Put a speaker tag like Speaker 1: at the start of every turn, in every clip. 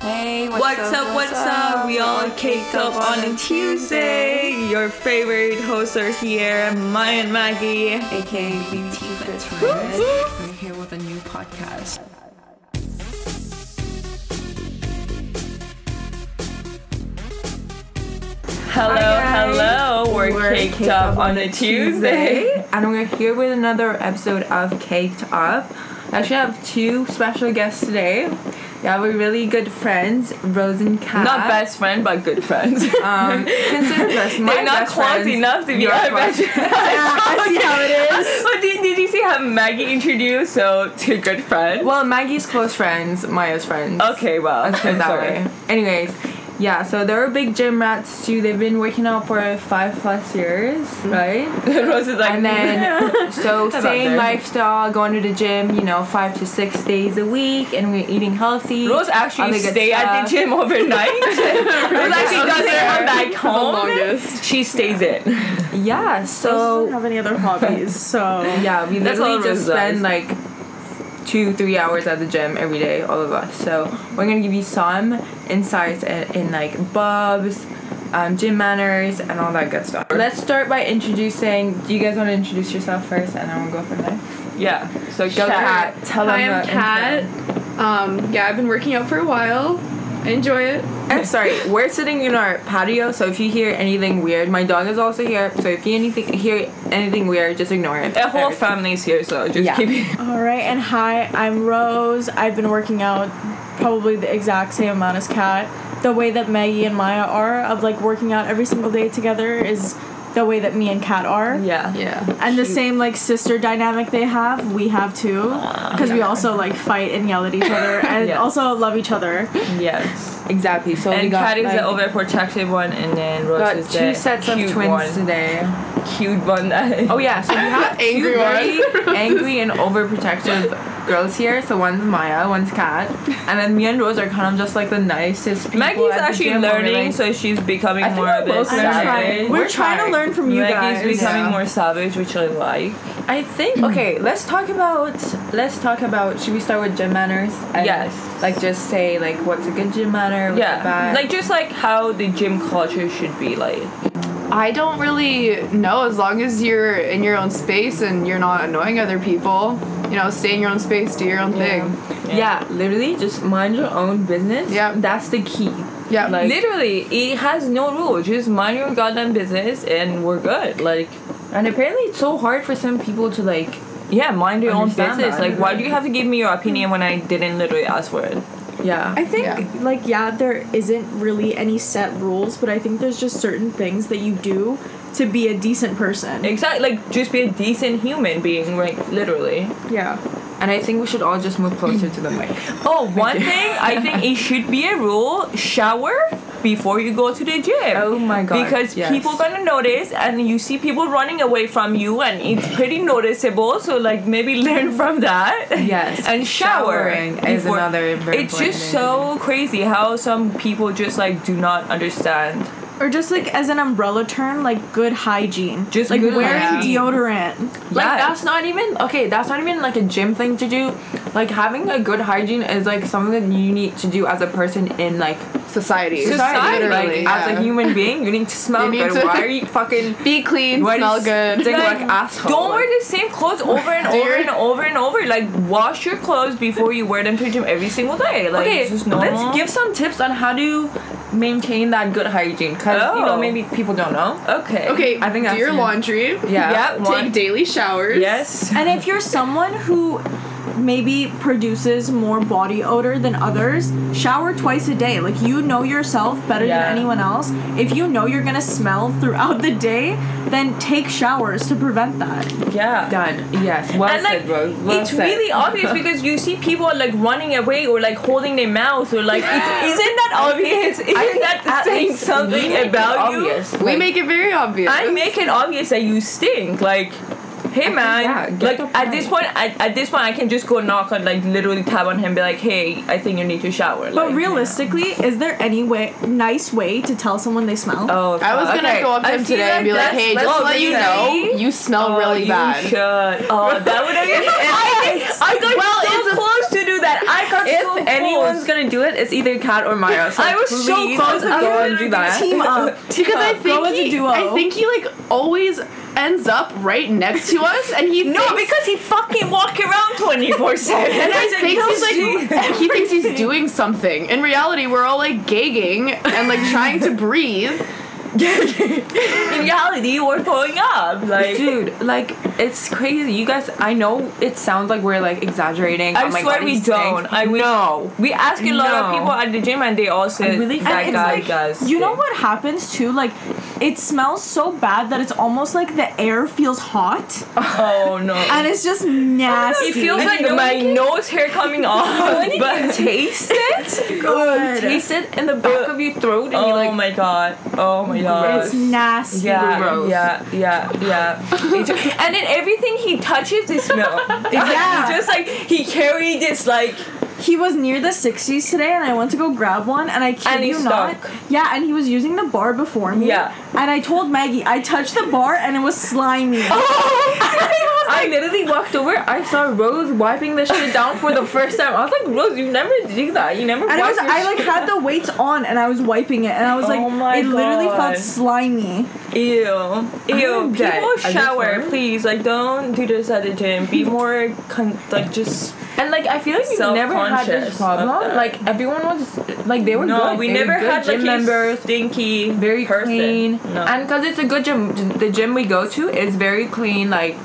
Speaker 1: Hey, what's,
Speaker 2: What's up, what's up? We all caked up on a Tuesday. Your favorite hosts are here, Maya and Maggie.
Speaker 1: AKA Beauty Fitzroy. We're here with a new podcast.
Speaker 2: Hello,
Speaker 1: Hi, guys.
Speaker 2: hello. We're, caked, up, on a Tuesday.
Speaker 1: And we're here with another episode of Caked Up. I actually have two special guests today. Yeah, we're really good friends, Rose and Kat.
Speaker 2: Not best friend, but good friends.
Speaker 1: Um, consider us my
Speaker 2: They're not
Speaker 1: best
Speaker 2: close
Speaker 1: friends.
Speaker 2: enough to be
Speaker 1: Your
Speaker 2: our best
Speaker 1: close-
Speaker 2: friends.
Speaker 1: Yeah, I see how it is.
Speaker 2: but did, did you see how Maggie introduced so to good friends?
Speaker 1: Well, Maggie's close friends, Maya's friends.
Speaker 2: okay, well,
Speaker 1: Let's put
Speaker 2: I'm
Speaker 1: it that
Speaker 2: Oh, sorry.
Speaker 1: way. Anyways, yeah, so they're big gym rats too. They've been working out for five plus years, right?
Speaker 2: Rose is like,
Speaker 1: And then, so
Speaker 2: Mm-hmm. About
Speaker 1: same
Speaker 2: there.
Speaker 1: lifestyle, going to the gym, you know, five to six days a week, and we're eating healthy.
Speaker 2: Rose actually
Speaker 1: Other good
Speaker 2: stay at the
Speaker 1: stuff.
Speaker 2: gym overnight. Rose actually
Speaker 1: I'm
Speaker 2: doesn't
Speaker 1: there.
Speaker 2: come back home.
Speaker 3: longest.
Speaker 2: She stays in.
Speaker 1: Yeah,
Speaker 3: don't
Speaker 1: so
Speaker 3: have any other hobbies, so
Speaker 1: yeah, we
Speaker 2: That's all
Speaker 1: literally just
Speaker 2: Rose does.
Speaker 1: spend like two, three hours at the gym every day, all of us. So we're gonna give you some insights in, in like bobs. Um, gym manners and all that good stuff. Let's start by introducing. Do you guys want to introduce yourself first, and then we'll go from there?
Speaker 2: Yeah. So go
Speaker 1: Go,
Speaker 2: Kat.
Speaker 1: Kat. Tell them
Speaker 3: Hi, I'm
Speaker 1: the
Speaker 3: Kat.
Speaker 1: intro.
Speaker 3: Um, yeah, I've been working out for a while. I enjoy it.
Speaker 1: I'm sorry, we're sitting in our patio, so if you hear anything weird, my dog is also here. So if you anything hear anything weird, just ignore it.
Speaker 2: The whole
Speaker 1: Sorry.
Speaker 2: family's here, so just
Speaker 1: Yeah.
Speaker 2: keep it.
Speaker 4: All right, and hi, I'm Rose. I've been working out probably the exact same amount as Kat. The way that Maggie and Maya are of like working out every single day together is the way that me and Kat are.
Speaker 2: Yeah.
Speaker 3: Yeah.
Speaker 4: And the same like sister dynamic they have, we have too, because we also like fight and yell at each other, and
Speaker 2: Yes.
Speaker 4: also love each other.
Speaker 2: Yes.
Speaker 1: Exactly. So we
Speaker 2: And
Speaker 1: got
Speaker 2: Kat is
Speaker 1: like,
Speaker 2: the overprotective one, and then Rose
Speaker 1: got
Speaker 2: is
Speaker 1: two
Speaker 2: the
Speaker 1: sets of
Speaker 2: cute
Speaker 1: twins
Speaker 2: one.
Speaker 1: today.
Speaker 2: Cute one. That
Speaker 1: Oh yeah, so we have
Speaker 3: Angry
Speaker 1: two
Speaker 3: one.
Speaker 1: very angry and overprotective girls here. So one's Maya, one's Kat, and then me and Rose are kind of just like the nicest people.
Speaker 2: Maggie's
Speaker 1: at the
Speaker 2: actually
Speaker 1: gym where we're,
Speaker 2: learning,
Speaker 1: like-
Speaker 2: so she's becoming
Speaker 1: I think
Speaker 2: more
Speaker 1: we're
Speaker 2: of a
Speaker 1: both
Speaker 4: I'm
Speaker 1: Savage.
Speaker 4: trying.
Speaker 1: We're
Speaker 4: We're, trying,
Speaker 1: trying.
Speaker 4: to learn from you
Speaker 2: Maggie's
Speaker 4: guys.
Speaker 2: becoming
Speaker 1: Yeah.
Speaker 2: more savage, which I like.
Speaker 1: I think okay. Let's talk about. Let's talk about. Should we start with gym manners? And,
Speaker 2: Yes.
Speaker 1: Like just say like what's a good gym manner. What's A
Speaker 2: Yeah.
Speaker 1: bad.
Speaker 2: Like just like how the gym culture should be like.
Speaker 3: I don't really know as long as you're in your own space and you're not annoying other people. You know, stay in your own space, do your own thing.
Speaker 1: yeah. literally just mind your own business.
Speaker 3: Yep.
Speaker 1: That's the key.
Speaker 3: Yep.
Speaker 1: Like
Speaker 2: Literally, it has no rules. Just mind your goddamn business, and we're good. Like,
Speaker 1: and apparently it's so hard for some people to like
Speaker 2: yeah, mind your own
Speaker 1: Understand
Speaker 2: business.
Speaker 1: that.
Speaker 2: Like, why do you have to give me your opinion when I didn't literally ask for it?
Speaker 1: yeah.
Speaker 4: I think
Speaker 3: Yeah.
Speaker 4: like yeah, there isn't really any set rules, but I think there's just certain things that you do to be a decent person.
Speaker 2: Exactly, like just be a decent human being, right? Literally.
Speaker 4: yeah.
Speaker 1: and I think we should all just move closer to the mic.
Speaker 2: Oh, one thing I think it should be a rule: shower before you go to the gym.
Speaker 1: Oh my God,
Speaker 2: Because
Speaker 1: yes.
Speaker 2: people gonna notice, and you see people running away from you, and it's pretty noticeable. So like maybe learn from that.
Speaker 1: Yes,
Speaker 2: and shower
Speaker 1: showering is another very
Speaker 2: It's just
Speaker 1: important
Speaker 2: so crazy how some people just like do not understand.
Speaker 4: Or just like as an umbrella term, like good hygiene.
Speaker 2: Just
Speaker 4: like
Speaker 2: good
Speaker 4: wearing
Speaker 2: hygiene.
Speaker 4: deodorant.
Speaker 1: Like
Speaker 2: Yes.
Speaker 1: that's not even okay. That's not even like a gym thing to do. Like having a good hygiene is like something that you need to do as a person in like
Speaker 3: Society.
Speaker 1: society. Like
Speaker 3: Literally,
Speaker 1: as
Speaker 3: yeah.
Speaker 1: a human being, you need to smell
Speaker 3: You need
Speaker 1: good.
Speaker 3: to-
Speaker 1: Why are you fucking?
Speaker 3: Be clean,
Speaker 1: why do you
Speaker 3: smell good.
Speaker 1: Think like,
Speaker 2: Like,
Speaker 1: asshole.
Speaker 2: Don't
Speaker 1: like,
Speaker 2: wear the same clothes over and
Speaker 3: Do
Speaker 2: over
Speaker 3: your-
Speaker 2: and over and over. Like wash your clothes before you wear them to the gym every single day. Like
Speaker 1: Okay,
Speaker 2: it's just normal.
Speaker 1: let's give some tips on how to maintain that good hygiene because you know
Speaker 2: Oh.
Speaker 1: maybe people don't know.
Speaker 2: Okay.
Speaker 3: Okay,
Speaker 1: I think
Speaker 3: do
Speaker 1: that's
Speaker 3: your
Speaker 1: it.
Speaker 3: laundry.
Speaker 1: Yeah.
Speaker 2: Yeah.
Speaker 3: Take
Speaker 2: One.
Speaker 3: daily showers.
Speaker 2: Yes.
Speaker 4: And if you're someone who maybe produces more body odor than others, shower twice a day. Like you know yourself better
Speaker 2: Yeah.
Speaker 4: than anyone else. If you know you're gonna smell throughout the day, then take showers to prevent that.
Speaker 2: Yeah.
Speaker 1: Done. Yes. Well
Speaker 2: and like
Speaker 1: said, Rose. Well
Speaker 2: it's
Speaker 1: said.
Speaker 2: really obvious because you see people like running away or like holding their mouth or like it's, isn't that obvious? Isn't
Speaker 1: think
Speaker 2: that
Speaker 1: at
Speaker 2: saying
Speaker 1: least we make
Speaker 2: something
Speaker 1: it
Speaker 2: about
Speaker 1: obvious.
Speaker 2: you?
Speaker 3: We
Speaker 1: Like,
Speaker 3: make it very obvious.
Speaker 2: I make it obvious that you stink. Like, hey man,
Speaker 1: yeah, get
Speaker 2: like
Speaker 1: the
Speaker 2: at this point, I, at this point, I can just go knock on like literally tap on him, and be like, hey, I think you need to shower.
Speaker 4: But
Speaker 2: like,
Speaker 4: realistically, is there any way, nice way to tell someone they smell?
Speaker 2: Oh,
Speaker 3: I was
Speaker 2: fuck.
Speaker 3: gonna
Speaker 1: Okay,
Speaker 3: go up to
Speaker 2: I
Speaker 3: him
Speaker 2: feel
Speaker 3: today and be
Speaker 2: like
Speaker 3: like,
Speaker 2: that's-
Speaker 3: "Hey, just
Speaker 2: let's
Speaker 3: to let you
Speaker 2: say-
Speaker 3: know, you smell
Speaker 2: Oh,
Speaker 3: really
Speaker 2: you
Speaker 3: bad."
Speaker 2: should. Oh, that would have been. I, I got
Speaker 3: Well,
Speaker 2: so
Speaker 3: it's a-
Speaker 2: close to do that.
Speaker 1: I got if
Speaker 2: so
Speaker 1: anyone's gonna do it, it's either Kat or Maya. So
Speaker 2: I was so
Speaker 1: please
Speaker 2: close to
Speaker 1: Go
Speaker 2: doing
Speaker 1: and do
Speaker 2: it.
Speaker 1: that.
Speaker 2: Team
Speaker 1: up.
Speaker 3: because I think
Speaker 4: as a
Speaker 3: he,
Speaker 4: duo.
Speaker 3: I think he like always ends up right next to us, and he
Speaker 2: No,
Speaker 3: thinks,
Speaker 2: because he fucking walk around 24 7.
Speaker 3: and I think he's like he thinks he's doing something. In reality, we're all like gagging and like trying to breathe.
Speaker 2: in reality, we're throwing up. Like,
Speaker 1: Dude, like it's crazy. You guys, I know it sounds like we're like exaggerating.
Speaker 2: I
Speaker 1: oh my
Speaker 2: swear
Speaker 1: God,
Speaker 2: we
Speaker 1: these
Speaker 2: don't.
Speaker 1: things.
Speaker 2: I we,
Speaker 1: no.
Speaker 2: We ask a lot of
Speaker 1: No.
Speaker 2: people at the gym, and they all said
Speaker 1: really
Speaker 2: that
Speaker 1: think
Speaker 2: guy
Speaker 1: it's
Speaker 2: does.
Speaker 4: You know
Speaker 2: it."
Speaker 4: what happens too? Like, it smells so bad that it's almost like the air feels hot,
Speaker 2: Oh no.
Speaker 4: and it's just nasty.
Speaker 2: it feels
Speaker 1: I
Speaker 2: like
Speaker 1: think
Speaker 2: my nose hair coming off, but Uh,
Speaker 1: taste it. Uh,
Speaker 4: Good.
Speaker 1: Taste it in the back of your throat, and
Speaker 2: oh
Speaker 1: you like.
Speaker 2: my god. Oh my god.
Speaker 4: It's nasty.
Speaker 2: Yeah,
Speaker 1: gross.
Speaker 2: yeah, yeah, yeah. It's- and then everything he touches, they smell. It's like,
Speaker 4: Yeah.
Speaker 2: he just like he carried this like
Speaker 4: He was near the 60s today, and I went to go grab one, and I kid
Speaker 2: And he
Speaker 4: you
Speaker 2: stunk.
Speaker 4: not. Yeah, and he was using the bar before me.
Speaker 2: Yeah.
Speaker 4: And I told Maggie, I touched the bar, and it was slimy.
Speaker 2: Oh
Speaker 1: I literally walked over. I saw Rose wiping the shit down for the first time. I was like, Rose, you never do that. You never.
Speaker 4: And I
Speaker 1: wipe
Speaker 4: was,
Speaker 1: your
Speaker 4: I like
Speaker 1: shit
Speaker 4: had the weights on, and I was wiping it, and I was like,
Speaker 2: Oh my
Speaker 4: it literally
Speaker 2: God.
Speaker 4: felt slimy.
Speaker 2: Ew. Ew.
Speaker 1: I'm dead.
Speaker 2: People
Speaker 1: I just
Speaker 2: shower,
Speaker 1: learned.
Speaker 2: please. Like, don't do this at the gym. Be more, con- like, just.
Speaker 1: And like I feel like we never had
Speaker 2: Self-conscious
Speaker 1: this
Speaker 2: of that.
Speaker 1: problem. Like everyone was like they were
Speaker 2: no,
Speaker 1: good.
Speaker 2: we
Speaker 1: They were
Speaker 2: never
Speaker 1: good
Speaker 2: had, like,
Speaker 1: gym members.
Speaker 2: a stinky
Speaker 1: Very
Speaker 2: person.
Speaker 1: clean.
Speaker 2: No.
Speaker 1: And because it's a good gym, the gym we go to is very clean. Like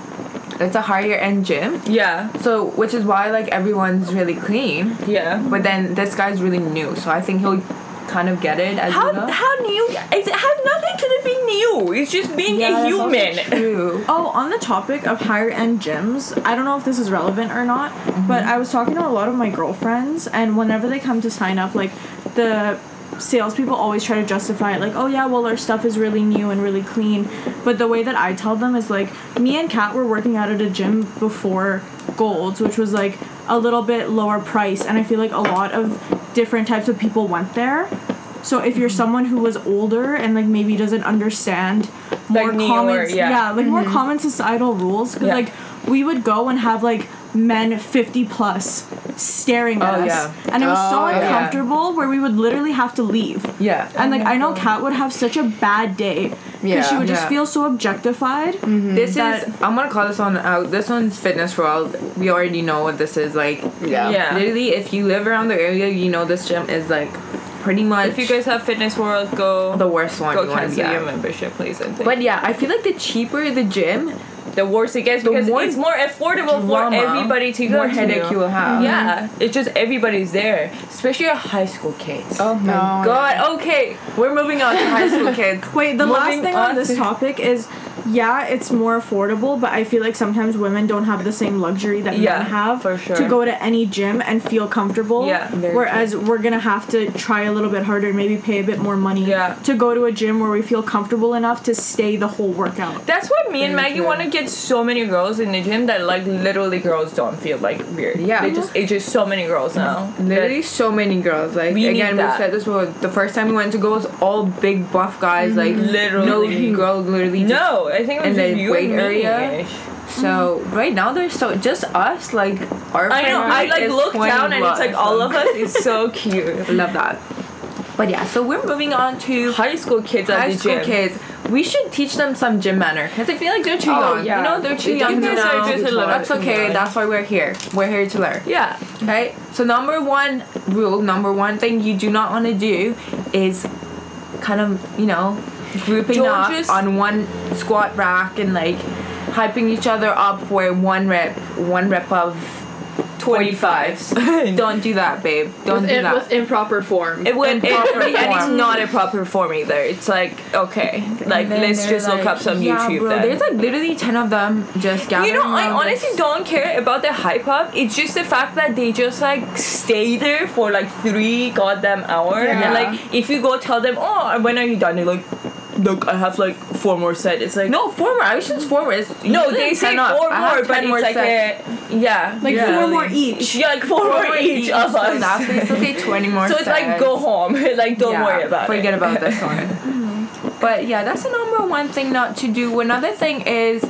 Speaker 1: it's a higher end gym,
Speaker 2: yeah,
Speaker 1: so which is why like everyone's really clean.
Speaker 2: yeah.
Speaker 1: But then this guy's really new, so I think he'll kind of get it as
Speaker 2: How,
Speaker 1: we go.
Speaker 2: how new? It has nothing to do with being new. It's just being
Speaker 4: Yeah,
Speaker 2: a
Speaker 4: that's also
Speaker 2: human.
Speaker 1: True.
Speaker 4: Oh, on the topic of higher end gyms, I don't know if this is relevant or not,
Speaker 2: Mm-hmm.
Speaker 4: but I was talking to a lot of my girlfriends, and whenever they come to sign up, like the salespeople always try to justify it, like, oh yeah, well, our stuff is really new and really clean. But the way that I tell them is like, me and Kat were working out at a gym before Gold's, which was like a little bit lower price, and I feel like a lot of different types of people went there. So if
Speaker 2: Mm-hmm.
Speaker 4: you're someone who was older and like maybe doesn't understand
Speaker 2: Like
Speaker 4: more
Speaker 2: newer,
Speaker 4: common,
Speaker 2: yeah.
Speaker 4: yeah, Uh, like more common societal rules because
Speaker 2: Yeah.
Speaker 4: like we would go and have like men 50 plus staring at
Speaker 1: Oh,
Speaker 4: us
Speaker 1: yeah.
Speaker 4: and it was so
Speaker 3: Oh, yeah.
Speaker 4: uncomfortable where we would literally have to leave
Speaker 1: Yeah.
Speaker 4: and like i know kat would have such a bad day because she
Speaker 3: Yeah.
Speaker 4: would just
Speaker 1: Yeah.
Speaker 4: feel so objectified
Speaker 1: This is
Speaker 4: That-
Speaker 1: Mm-hmm. I'm gonna call this one out. This one's fitness for all. We already know what this is like.
Speaker 3: Yeah.
Speaker 2: Yeah.
Speaker 1: Literally, if you live around the area, you know this gym is like pretty much
Speaker 2: If you guys have Fitness World, go
Speaker 1: the worst one.
Speaker 2: go
Speaker 1: you wanna be
Speaker 2: cancel
Speaker 1: at.
Speaker 2: your membership, please. And
Speaker 1: But yeah, I feel like the cheaper the gym,
Speaker 2: the worse it gets because
Speaker 1: more
Speaker 2: it's more affordable
Speaker 1: drama,
Speaker 2: for everybody to
Speaker 1: the
Speaker 2: go
Speaker 1: more
Speaker 2: to.
Speaker 1: headache you will have.
Speaker 2: Yeah, it's just everybody's there, especially our high school kids.
Speaker 1: Oh my
Speaker 3: No.
Speaker 1: god. Okay, we're moving on to high school kids.
Speaker 4: Wait, the last
Speaker 1: Moving
Speaker 4: thing on
Speaker 1: on
Speaker 4: this
Speaker 1: to-
Speaker 4: topic is yeah, it's more affordable, but I feel like sometimes women don't have the same luxury that
Speaker 2: Yeah,
Speaker 4: men have
Speaker 2: for sure.
Speaker 4: to go to any gym and feel comfortable.
Speaker 2: Yeah, very
Speaker 4: whereas we're gonna have to try a little bit harder, maybe pay a bit more money
Speaker 2: Yeah.
Speaker 4: to go to a gym where we feel comfortable enough to stay the whole workout.
Speaker 2: That's why me and
Speaker 1: Very
Speaker 2: Maggie
Speaker 1: true.
Speaker 2: want to get so many girls in the gym that like literally girls don't feel like weird.
Speaker 1: Yeah.
Speaker 2: they just it's just so many girls now.
Speaker 1: Literally, so many girls. Like
Speaker 2: We need
Speaker 1: again, we
Speaker 2: that.
Speaker 1: said this before. The first time we went to go, it was all big buff guys. Like
Speaker 2: Literally.
Speaker 1: Mm-hmm. no girl, literally.
Speaker 2: That-
Speaker 1: just-
Speaker 2: no, I think it was
Speaker 1: in
Speaker 2: just
Speaker 1: the
Speaker 2: you
Speaker 1: weight
Speaker 2: and me.
Speaker 1: area.
Speaker 2: ish.
Speaker 1: So right now there's so just us. Like our.
Speaker 2: Mm-hmm. I
Speaker 1: friend
Speaker 2: know. I
Speaker 1: group
Speaker 2: like
Speaker 1: is
Speaker 2: look
Speaker 1: 20
Speaker 2: down and it's
Speaker 1: plus.
Speaker 2: like all of us is so cute.
Speaker 1: Love that. But yeah, so we're moving on to
Speaker 2: High school kids at
Speaker 1: high
Speaker 2: the
Speaker 1: school
Speaker 2: gym.
Speaker 1: kids. We should teach them some gym manner because I feel like they're too
Speaker 3: Oh,
Speaker 1: young.
Speaker 3: yeah.
Speaker 1: You know, they're too
Speaker 2: You
Speaker 1: young.
Speaker 2: guys
Speaker 1: to
Speaker 2: are
Speaker 1: know.
Speaker 2: just a little
Speaker 1: That's
Speaker 2: too
Speaker 1: okay.
Speaker 2: young.
Speaker 1: That's why we're here. We're here to learn.
Speaker 2: Yeah.
Speaker 1: Okay. So number one rule, number one thing you do not want to do is kind of you know grouping
Speaker 2: Don't
Speaker 1: up
Speaker 2: just-
Speaker 1: on one squat rack and like hyping each other up for one rep, one rep of. 25s. Don't do that, babe. Don't
Speaker 3: With,
Speaker 1: do
Speaker 3: in-
Speaker 1: that.
Speaker 3: with improper form.
Speaker 2: It would, it,
Speaker 1: Improper
Speaker 2: and it's
Speaker 1: form.
Speaker 2: not a proper form either. It's like okay, like
Speaker 1: And then
Speaker 2: let's
Speaker 1: they're
Speaker 2: just look
Speaker 1: like,
Speaker 2: up some
Speaker 1: "Yeah,
Speaker 2: YouTube.
Speaker 1: Bro,
Speaker 2: then.
Speaker 1: There's like literally ten of them just gathering.
Speaker 2: You know, I
Speaker 1: around
Speaker 2: honestly
Speaker 1: this-
Speaker 2: don't care about the hype up. It's just the fact that they just like stay there for like three goddamn hours. And
Speaker 3: Yeah.
Speaker 2: like, if you go tell them, oh, when are you done? They're like, look, I have like four more sets. It's like,
Speaker 1: No, former. I was just former. It's
Speaker 2: no,
Speaker 1: usually
Speaker 2: they say
Speaker 1: 10 up.
Speaker 2: four
Speaker 1: I have
Speaker 2: more,
Speaker 1: 10
Speaker 2: but it's like,
Speaker 1: sets.
Speaker 2: a, yeah.
Speaker 4: Like
Speaker 1: Yeah.
Speaker 4: four more each.
Speaker 2: yeah, like four, more each, of
Speaker 1: so
Speaker 2: us.
Speaker 1: That's it's okay. Twenty more.
Speaker 2: so it's like,
Speaker 1: sets.
Speaker 2: go home. like, don't
Speaker 1: Yeah,
Speaker 2: worry about
Speaker 1: Forget
Speaker 2: it.
Speaker 1: about this one. but yeah, that's the number one thing not to do. Another thing is,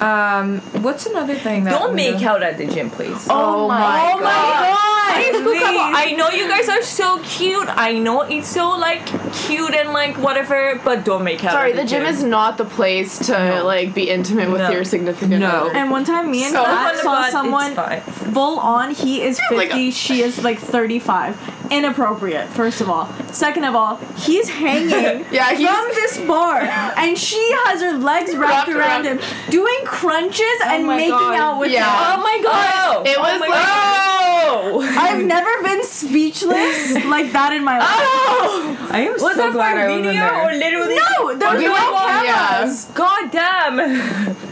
Speaker 1: um, what's another thing that
Speaker 2: Don't
Speaker 1: we
Speaker 2: make
Speaker 1: do?
Speaker 2: out at the gym, please.
Speaker 1: Oh, my
Speaker 2: my
Speaker 1: god.
Speaker 2: Please, cook
Speaker 1: Please.
Speaker 2: up. I know you guys are so cute. I know it's so like cute and like whatever, but don't make out.
Speaker 3: Sorry,
Speaker 2: of
Speaker 3: the gym is not the place to like be intimate with
Speaker 2: No.
Speaker 3: your significant
Speaker 2: No.
Speaker 3: other.
Speaker 4: And one time, me and
Speaker 3: So-
Speaker 4: Matt saw
Speaker 2: But
Speaker 4: someone
Speaker 2: Oh It's fine.
Speaker 4: full on. He is
Speaker 3: Yeah, like
Speaker 4: 50, she is like 35. Inappropriate, first of all. Second of all, he's hanging
Speaker 3: Yeah, he's-
Speaker 4: from this bar, and she has her legs wrapped
Speaker 3: Wrapped
Speaker 4: around
Speaker 3: around.
Speaker 4: him, doing crunches and
Speaker 1: Oh my
Speaker 4: making
Speaker 1: God.
Speaker 4: out with
Speaker 3: Yeah.
Speaker 4: him.
Speaker 2: Oh my god!
Speaker 3: It was
Speaker 2: oh my
Speaker 3: like-
Speaker 2: God.
Speaker 4: I've never been speechless like that in my life.
Speaker 2: Oh!
Speaker 1: I am
Speaker 2: Was
Speaker 1: so
Speaker 2: that
Speaker 1: glad I
Speaker 2: for
Speaker 1: wasn't
Speaker 2: video or
Speaker 1: there.
Speaker 2: literally?
Speaker 4: No, there was
Speaker 3: We
Speaker 4: no
Speaker 3: Oh, were- yeah.
Speaker 4: cameras.
Speaker 2: God damn!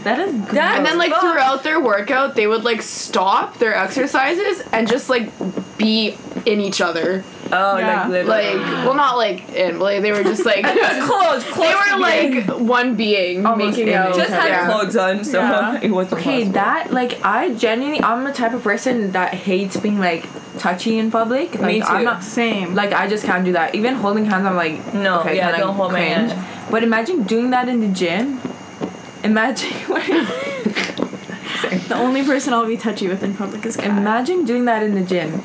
Speaker 1: That is
Speaker 2: That-
Speaker 3: And then like
Speaker 2: Fuck.
Speaker 3: throughout their workout, they would like stop their exercises and just like be in each other.
Speaker 2: Oh,
Speaker 4: Yeah.
Speaker 2: like literally.
Speaker 3: Like, well, not like in, but like, they were just like they
Speaker 2: clothes, clothes.
Speaker 3: were like one being
Speaker 1: Almost
Speaker 3: making
Speaker 1: in
Speaker 3: out.
Speaker 1: each
Speaker 2: just had
Speaker 3: yeah.
Speaker 2: clothes on, so
Speaker 4: Yeah.
Speaker 2: it wasn't
Speaker 1: Okay,
Speaker 2: possible.
Speaker 1: that like I genuinely I'm the type of person that hates being like touchy in public. Like,
Speaker 2: Me
Speaker 1: I'm
Speaker 2: too.
Speaker 1: not
Speaker 4: Same.
Speaker 1: like I just can't do that. Even holding hands, I'm like
Speaker 2: No,
Speaker 1: okay,
Speaker 2: yeah,
Speaker 1: kinda
Speaker 2: don't hold my
Speaker 1: cringe. But imagine doing that in the gym. Imagine
Speaker 4: the only person I'll be touchy with in public is Kat.
Speaker 1: imagine doing that in the gym,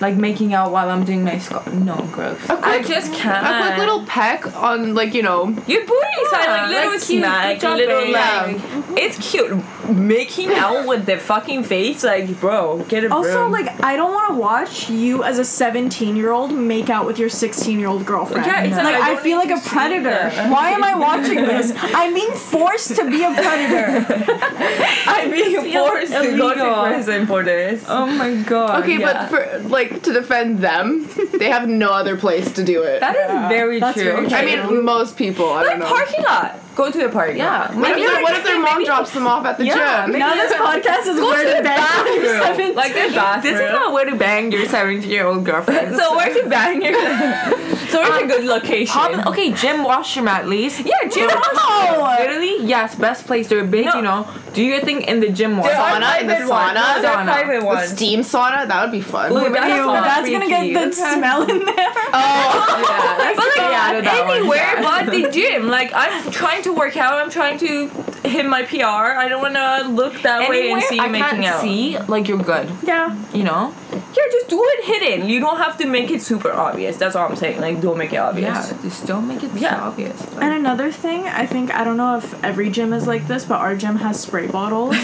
Speaker 1: like making out while I'm doing my squat. No, gross.
Speaker 3: A
Speaker 2: I
Speaker 3: quick,
Speaker 2: just can't.
Speaker 3: a
Speaker 1: Uh,
Speaker 3: quick little peck on like you know
Speaker 2: Your booties are
Speaker 1: Yeah,
Speaker 2: like little
Speaker 1: like cute,
Speaker 2: snack,
Speaker 1: good job,
Speaker 2: little
Speaker 1: babe.
Speaker 2: like
Speaker 1: Mm-hmm.
Speaker 2: it's cute. Making out with the fucking face, like bro, get it.
Speaker 4: Also, like, I don't want to watch you as a 17 year old make out with your 16 year old girlfriend.
Speaker 2: Yeah, it's like,
Speaker 4: like,
Speaker 2: I
Speaker 4: I,
Speaker 2: don't
Speaker 4: feel like
Speaker 2: need
Speaker 4: a
Speaker 2: to see
Speaker 4: predator.
Speaker 2: that.
Speaker 4: Why am I watching this? I'm being forced to be a predator.
Speaker 2: I'm being forced to go
Speaker 1: illegal.
Speaker 2: to prison for this.
Speaker 1: oh my god.
Speaker 3: Okay,
Speaker 2: Yeah.
Speaker 3: but for like to defend them, they have no other place to do it.
Speaker 1: that is very
Speaker 4: that's
Speaker 1: true.
Speaker 4: very
Speaker 3: I
Speaker 4: true.
Speaker 3: mean, most people. I
Speaker 2: Like
Speaker 3: don't know.
Speaker 2: parking lot. Go to the parking
Speaker 1: Yeah,
Speaker 2: lot.
Speaker 1: maybe
Speaker 3: What if, their- what if their mom drops them off at the
Speaker 1: Yeah,
Speaker 3: gym?
Speaker 1: maybe-
Speaker 4: now this podcast is
Speaker 2: Go
Speaker 4: where
Speaker 2: to
Speaker 4: to
Speaker 2: the
Speaker 4: bang your
Speaker 2: bathroom.
Speaker 4: 17.
Speaker 2: Like the
Speaker 1: This
Speaker 2: bathroom.
Speaker 1: is not where to bang your 17 year old girlfriend.
Speaker 2: so where's the banger? so where's a good location?
Speaker 1: Pub- okay, gym washroom at least.
Speaker 2: Yeah, gym washroom.
Speaker 1: Literally, yes, best place. They're big,
Speaker 2: No.
Speaker 1: you know. Do your thing in the gym
Speaker 2: There are
Speaker 1: washroom.
Speaker 3: Sauna, the
Speaker 2: private ones.
Speaker 3: sauna,
Speaker 2: No, there are
Speaker 1: sauna.
Speaker 2: private
Speaker 3: The
Speaker 2: ones.
Speaker 3: steam sauna that would be fun.
Speaker 2: Ooh, that's
Speaker 4: Ew,
Speaker 2: not
Speaker 4: that's gonna get
Speaker 1: freaky.
Speaker 4: the smell in there.
Speaker 3: Oh,
Speaker 1: Yeah, that's
Speaker 2: But like
Speaker 1: stay out of that one.
Speaker 2: anywhere but the gym. Like I'm trying to work out. I'm trying to hit my PR. I don't want to look that way
Speaker 1: Anywhere
Speaker 2: and see you
Speaker 1: I
Speaker 2: making
Speaker 1: can't
Speaker 2: out.
Speaker 1: see, like you're good.
Speaker 4: Yeah.
Speaker 1: You know.
Speaker 2: Yeah, just do it hidden. You don't have to make it super obvious. That's all I'm saying. Like don't make it obvious.
Speaker 1: Yeah, just don't make it so
Speaker 2: Yeah.
Speaker 1: obvious.
Speaker 4: And another thing, I think I don't know if every gym is like this, but our gym has spray bottles.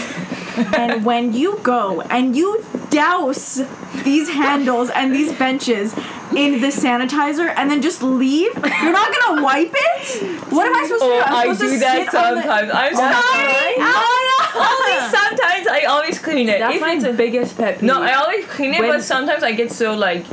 Speaker 4: and when you go and you douse these handles and these benches in the sanitizer and then just leave, you're not gonna wipe it. What am I supposed
Speaker 2: Oh,
Speaker 4: to do? I'm supposed to sit on
Speaker 2: I'm sorry. Only
Speaker 4: the.
Speaker 2: sometimes I always clean it.
Speaker 1: That's
Speaker 2: If
Speaker 1: my
Speaker 2: it's-
Speaker 1: biggest pet peeve.
Speaker 2: no, I always clean it,
Speaker 1: When-
Speaker 2: but sometimes I get so like